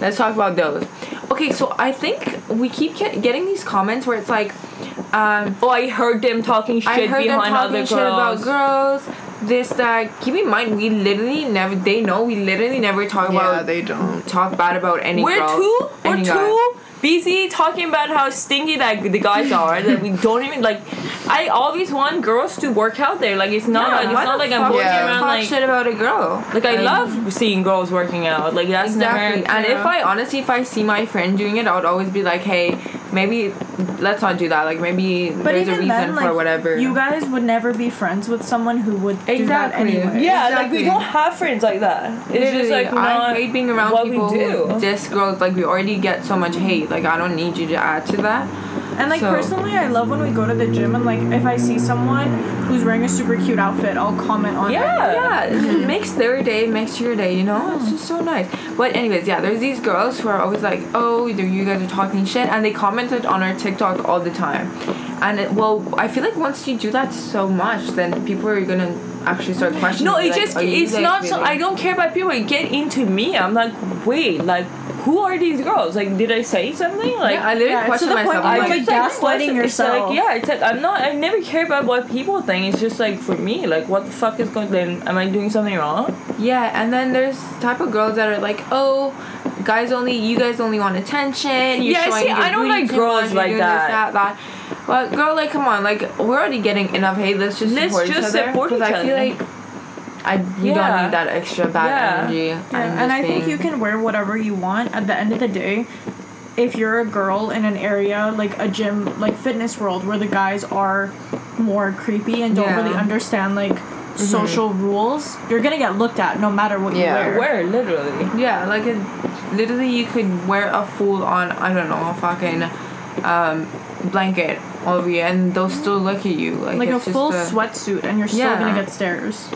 Speaker 1: Let's talk about those. Okay, so I think we keep get- getting these comments where it's like, um,
Speaker 2: oh, I heard them talking shit
Speaker 1: I heard them
Speaker 2: behind
Speaker 1: talking
Speaker 2: other girls.
Speaker 1: shit about girls. This that. Keep in mind, we literally never. They know we literally never talk
Speaker 3: yeah,
Speaker 1: about.
Speaker 3: they don't.
Speaker 1: talk bad about any
Speaker 2: We're
Speaker 1: girl.
Speaker 2: too, we're
Speaker 1: any guy.
Speaker 2: too busy talking about how stinky like the guys are that we don't even like. I always want girls to work out there. Like it's not
Speaker 1: Yeah,
Speaker 2: like it's
Speaker 1: why
Speaker 2: not
Speaker 1: the
Speaker 2: like I'm
Speaker 1: fuck
Speaker 2: going
Speaker 1: would you
Speaker 3: Yeah.
Speaker 2: around
Speaker 1: talk
Speaker 2: like.
Speaker 1: shit about a girl.
Speaker 2: Like I love seeing girls working out. Like that's
Speaker 1: Exactly.
Speaker 2: never.
Speaker 1: and
Speaker 2: yeah.
Speaker 1: if I honestly, if I see my friend doing it, I would always be like, hey, maybe let's not do that. Like maybe
Speaker 4: but
Speaker 1: there's a
Speaker 4: even
Speaker 1: reason
Speaker 4: then, like
Speaker 1: for whatever.
Speaker 4: you guys would never be friends with someone who would do that
Speaker 1: Exactly.
Speaker 4: anyway.
Speaker 2: Yeah, like
Speaker 1: Exactly.
Speaker 2: we don't have friends like that. It's
Speaker 1: Literally,
Speaker 2: just like
Speaker 1: I
Speaker 2: not
Speaker 1: hate being around
Speaker 2: what
Speaker 1: people
Speaker 2: we do.
Speaker 1: who diss girls. Like we already get so much hate. Like I don't need you to add to that.
Speaker 4: And like
Speaker 1: So-
Speaker 4: personally, I love when we go to the gym and like if I see someone who's wearing a super cute outfit, I'll comment on it.
Speaker 2: yeah.
Speaker 1: Yeah, it makes their day, makes your day. You know, it's just so nice. But anyways, yeah, there's these girls who are always like, oh, you you guys are talking shit, and they commented on our TikTok all the time. And it, well, I feel like once you do that so much, then people are gonna actually start questioning.
Speaker 2: No,
Speaker 1: you,
Speaker 2: it
Speaker 1: like,
Speaker 2: just
Speaker 1: "Are you
Speaker 2: it's
Speaker 1: guys
Speaker 2: not so
Speaker 1: really-"
Speaker 2: I don't care about people. It get into me. I'm like, wait, like who are these girls? Like did I say something? Like
Speaker 1: Yeah, I literally
Speaker 4: Yeah, it's to
Speaker 1: question
Speaker 4: the point
Speaker 1: myself.
Speaker 4: where
Speaker 1: I'm
Speaker 4: you're
Speaker 1: like,
Speaker 4: like,
Speaker 2: it's like
Speaker 4: gaslighting
Speaker 2: question- it's
Speaker 4: yourself.
Speaker 2: Like, yeah, it's like I'm not I never care about what people think. It's just like for me, like what the fuck is going then am I doing something wrong?
Speaker 1: Yeah, and then there's type of girls that are like, oh, guys only, you guys only want attention. You're
Speaker 2: Yeah,
Speaker 1: showing
Speaker 2: see,
Speaker 1: your
Speaker 2: I don't
Speaker 1: booty
Speaker 2: like
Speaker 1: too
Speaker 2: girls
Speaker 1: much, you're
Speaker 2: like
Speaker 1: doing
Speaker 2: that.
Speaker 1: This, that, that. But girl, like, come on, like we're already getting enough hate. Let's just
Speaker 2: Let's
Speaker 1: support
Speaker 2: just
Speaker 1: each other.
Speaker 2: support
Speaker 1: 'cause
Speaker 2: each
Speaker 1: I feel
Speaker 2: other.
Speaker 1: like I we don't
Speaker 2: Yeah.
Speaker 1: need that extra bad
Speaker 2: Yeah.
Speaker 1: energy.
Speaker 4: Yeah, and I think you can wear whatever you want at the end of the day. If you're a girl in an area like a gym, like fitness world, where the guys are more creepy and don't
Speaker 1: Yeah.
Speaker 4: really understand like social rules, you're gonna get looked at no matter what
Speaker 3: Yeah.
Speaker 4: you wear.
Speaker 2: Where literally.
Speaker 1: Yeah, like it, literally, you could wear a full on I don't know a fucking um, blanket over you, and they'll still look at you like
Speaker 4: Like
Speaker 1: it's just
Speaker 4: a full sweatsuit, and you're still
Speaker 1: Yeah.
Speaker 4: gonna get stares.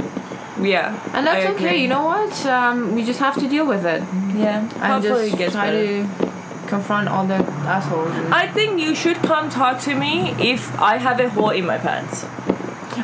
Speaker 2: Yeah.
Speaker 1: And that's
Speaker 2: I
Speaker 1: okay.
Speaker 2: agree.
Speaker 1: You know what? Um, we just have to deal with it.
Speaker 2: Yeah.
Speaker 1: and
Speaker 2: Hopefully
Speaker 1: just
Speaker 2: it gets
Speaker 1: try
Speaker 2: better.
Speaker 1: to confront all the assholes. and-
Speaker 2: I think you should come talk to me if I have a hole in my pants.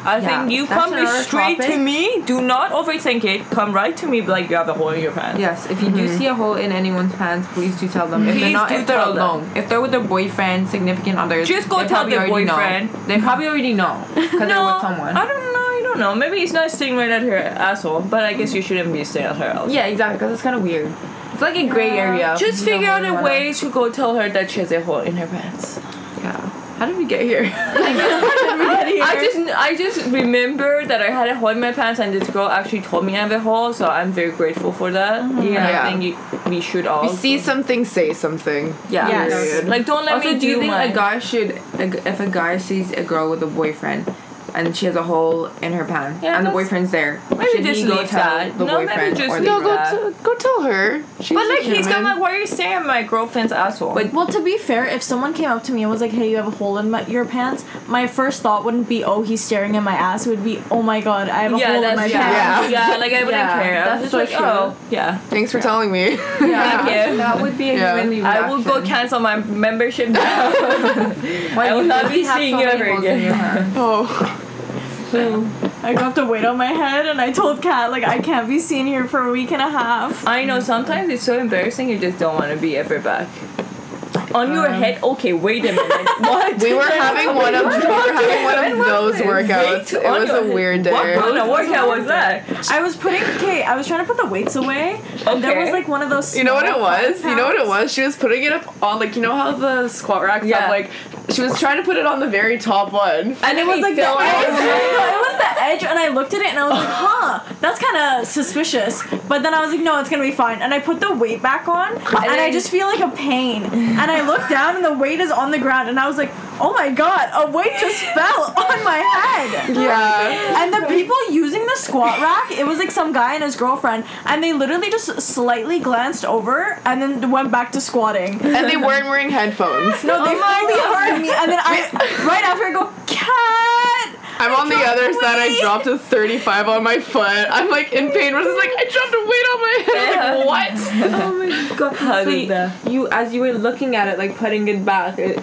Speaker 2: I
Speaker 1: Yeah,
Speaker 2: think you
Speaker 1: that's
Speaker 2: come
Speaker 1: another
Speaker 2: straight
Speaker 1: topic.
Speaker 2: to me. Do not overthink it. Come right to me be like you have a hole in your pants.
Speaker 1: yes, if you do see a hole in anyone's pants, please do tell them. If they're
Speaker 2: Mm-hmm. Please
Speaker 1: not,
Speaker 2: do
Speaker 1: if they're
Speaker 2: tell them.
Speaker 1: alone, if they're with their boyfriend, significant other,
Speaker 2: Just go
Speaker 1: they
Speaker 2: tell
Speaker 1: probably
Speaker 2: their
Speaker 1: already know.
Speaker 2: boyfriend.
Speaker 1: They probably already know because they're
Speaker 2: No,
Speaker 1: with someone.
Speaker 2: I don't know. I don't know. Maybe it's not staying right at her asshole, but I guess you shouldn't be staying at her asshole.
Speaker 1: yeah, exactly. Because it's kind of weird. It's like a gray area.
Speaker 2: Just
Speaker 1: You don't
Speaker 2: figure out
Speaker 1: really
Speaker 2: a
Speaker 1: wanna-
Speaker 2: way to go tell her that she has a hole in her pants.
Speaker 1: Yeah. How did we get here?
Speaker 2: I just I just remember that I had a hole in my pants and this girl actually told me I have a hole, so I'm very grateful for that. Mm-hmm. Yeah,
Speaker 3: Yeah.
Speaker 2: I think you, we should all
Speaker 3: You see something, say something.
Speaker 2: Yeah.
Speaker 4: Yes.
Speaker 3: Period.
Speaker 2: Like don't let
Speaker 1: also,
Speaker 2: me
Speaker 1: do you think
Speaker 2: my,
Speaker 1: a guy should, a g- if a guy sees a girl with a boyfriend, and she has a hole in her pants,
Speaker 2: Yeah,
Speaker 1: and the
Speaker 2: that's-
Speaker 1: boyfriend's there,
Speaker 2: Maybe
Speaker 1: should
Speaker 2: just
Speaker 1: he go
Speaker 2: leave
Speaker 1: tell
Speaker 2: that.
Speaker 1: the
Speaker 2: No, maybe
Speaker 1: boyfriend
Speaker 2: just
Speaker 1: or the
Speaker 2: leave
Speaker 3: No,
Speaker 1: girl?
Speaker 3: go
Speaker 2: Yeah.
Speaker 3: t- go tell her. She's
Speaker 2: But
Speaker 3: a
Speaker 2: like he's
Speaker 3: human.
Speaker 2: gonna like, why are you staring at my girlfriend's asshole? But
Speaker 4: Well, to be fair, if someone came up to me and was like, "Hey, you have a hole in my, your pants," my first thought wouldn't be, "Oh, he's staring at my ass." It would be, "Oh my god, I have a
Speaker 2: yeah,
Speaker 4: hole in
Speaker 2: that's
Speaker 4: my
Speaker 2: yeah.
Speaker 4: pants."
Speaker 2: yeah,
Speaker 3: pants.
Speaker 2: like I wouldn't
Speaker 1: Yeah,
Speaker 2: care. I was
Speaker 1: that's
Speaker 2: just
Speaker 1: so
Speaker 2: like,
Speaker 1: true.
Speaker 2: oh, yeah.
Speaker 3: Thanks for telhank me.
Speaker 1: Yeah,
Speaker 2: Thank you.
Speaker 1: That would be a
Speaker 3: Yeah.
Speaker 1: humanly
Speaker 2: I will go
Speaker 1: reaction.
Speaker 2: cancel my membership now.
Speaker 1: Why
Speaker 2: I
Speaker 1: do
Speaker 2: will
Speaker 1: you
Speaker 2: not
Speaker 1: really
Speaker 2: be
Speaker 1: have
Speaker 2: seeing
Speaker 1: so
Speaker 2: you
Speaker 1: many
Speaker 2: ever
Speaker 1: holes in
Speaker 2: again.
Speaker 1: your hand?
Speaker 3: oh.
Speaker 4: I got the weight on my head, and I told Kat like I can't be seen here for a week and a half.
Speaker 2: I know sometimes it's so embarrassing you just don't want to be ever back. On your head, okay, wait a minute. what?
Speaker 3: We were having one of we were having one of those workouts. It
Speaker 2: on
Speaker 3: was
Speaker 2: your
Speaker 3: a
Speaker 2: head.
Speaker 3: weird
Speaker 2: What
Speaker 3: day.
Speaker 2: kind of workout was that?
Speaker 4: I was putting okay, I was trying to put the weights away, and there
Speaker 2: Okay.
Speaker 4: was like one of those.
Speaker 3: You know what it
Speaker 4: small
Speaker 3: was? You know what it
Speaker 4: packs.
Speaker 3: was? She was putting it up on like you know how the squat racks
Speaker 2: Yeah.
Speaker 3: have like she was trying to put it on the very top one.
Speaker 2: And it was
Speaker 4: Like the edge. it was the edge, and I looked at it and I was like, "Huh, that's kind of suspicious." But then I was like, "No, it's gonna be fine." And I put the weight back on, and I
Speaker 2: then-
Speaker 4: just feel like a pain. And I I look down and the weight is on the ground, and I was like, oh my god, a weight just fell on my head.
Speaker 3: Yeah.
Speaker 4: And the people using the squat rack, it was like some guy and his girlfriend, and they literally just slightly glanced over and then went back to squatting. Oh
Speaker 3: And they weren't wearing headphones.
Speaker 4: No, they fully heard me, and then I, right after, I go, cat.
Speaker 3: I'm on the
Speaker 4: dropped
Speaker 3: other side. I
Speaker 4: weight.
Speaker 3: dropped a 35 on my foot. I'm like in pain. Was like I dropped a weight on my head. I'm like what?
Speaker 1: Oh my god.
Speaker 2: How
Speaker 1: So
Speaker 2: did the-
Speaker 1: you, you as you were looking at it, like putting it back. It,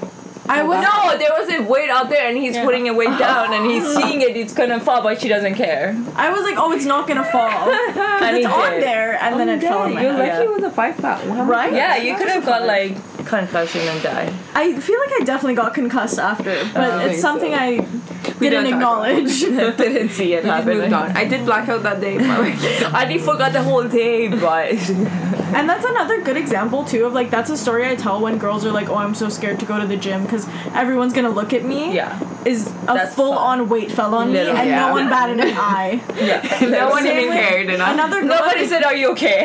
Speaker 4: I was
Speaker 2: No, there was a weight out there, and he's
Speaker 4: Yeah.
Speaker 2: putting a weight down, and he's seeing it. It's gonna fall, but she doesn't care.
Speaker 4: I was like, oh, it's not gonna fall.
Speaker 2: And
Speaker 4: Because it's
Speaker 2: he
Speaker 4: on
Speaker 2: did.
Speaker 4: there, and then it fell on Oh my
Speaker 1: You're
Speaker 4: head.
Speaker 2: Yeah.
Speaker 1: lucky it was a five pound. Wow.
Speaker 4: Right?
Speaker 2: Yeah, you could have got like concussion and died.
Speaker 4: I feel like I definitely got concussed after, but
Speaker 2: don't
Speaker 4: it's
Speaker 2: think
Speaker 4: something I
Speaker 1: don't talk
Speaker 4: didn't
Speaker 1: about
Speaker 4: acknowledge.
Speaker 2: Didn't see it
Speaker 1: I
Speaker 2: happen.
Speaker 1: moved on. I did blackout that day.
Speaker 2: I did forgot the whole day, but
Speaker 4: and that's another good example too of like that's a story I tell when girls are like, "Oh, I'm so scared to go to the gym because everyone's gonna look at me."
Speaker 2: yeah,
Speaker 4: Is a
Speaker 2: That's
Speaker 4: full on weight fell on
Speaker 2: Little,
Speaker 4: me and
Speaker 3: yeah.
Speaker 4: no one batted an eye.
Speaker 2: yeah.
Speaker 1: no one
Speaker 4: Same
Speaker 1: even
Speaker 4: with
Speaker 1: cared enough.
Speaker 4: Another girl
Speaker 2: Nobody said, "Are you okay?"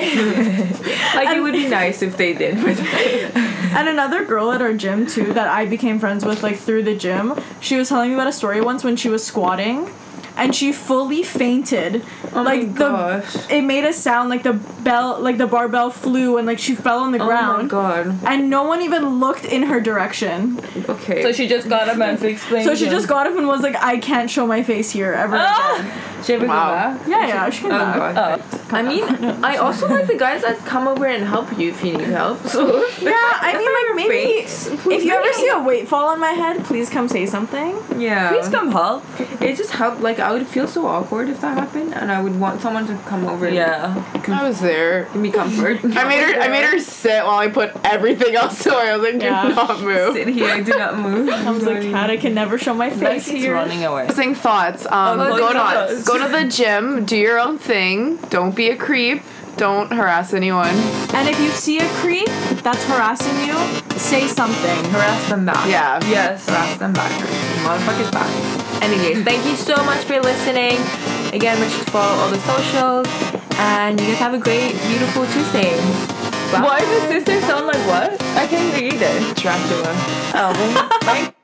Speaker 1: like it would be nice if they did. But
Speaker 4: And another girl at our gym too that I became friends with like through the gym. She was telling me about a story once when she was squatting and she fully fainted. like the
Speaker 1: Oh gosh.
Speaker 4: it made a sound like the bell like the barbell flew and like she fell on the
Speaker 1: Oh my
Speaker 4: ground.
Speaker 1: god.
Speaker 4: And no one even looked in her direction.
Speaker 1: Okay.
Speaker 2: so she just got up and explained.
Speaker 4: So she just got up and was like, I can't show my face here ever.
Speaker 2: Ah!
Speaker 1: should we
Speaker 3: Wow.
Speaker 1: go back?
Speaker 4: Yeah, yeah, she came
Speaker 1: Oh
Speaker 4: back.
Speaker 1: god.
Speaker 2: Oh.
Speaker 1: I mean, I also like the guys that come over and help you if you need help. So
Speaker 4: Yeah, I mean like maybe if you ever see
Speaker 1: a
Speaker 4: a weight fall on my head, please come say something.
Speaker 1: yeah,
Speaker 2: Please come help.
Speaker 1: It just helped. Like I would feel so awkward if that happened, and I would want someone to come over. and
Speaker 2: Yeah.
Speaker 3: I was there.
Speaker 1: give me comfort.
Speaker 3: I made her. I made her sit while I put everything else away. I was like, do
Speaker 4: Yeah.
Speaker 3: not move.
Speaker 1: sit here. Do not move.
Speaker 4: I was like, Kat, I can never show my face
Speaker 2: Like he's
Speaker 4: here.
Speaker 2: running away.
Speaker 3: Closing thoughts. Um,
Speaker 2: Oh,
Speaker 3: go
Speaker 2: closing
Speaker 3: to
Speaker 2: thoughts.
Speaker 3: go to the gym. Do your own thing. Don't be a creep. Don't harass anyone.
Speaker 4: And if you see a creep that's harassing you, say something.
Speaker 1: Harass them back.
Speaker 3: Yeah.
Speaker 1: Yes. Harass them back. Motherfuckers back. Anyways, thank you so much for listening. Again, make sure to follow all the socials, and you guys have a great, beautiful Tuesday. Bye.
Speaker 2: Why does sister sound like what? I can't read it.
Speaker 3: Dracula.
Speaker 2: Oh.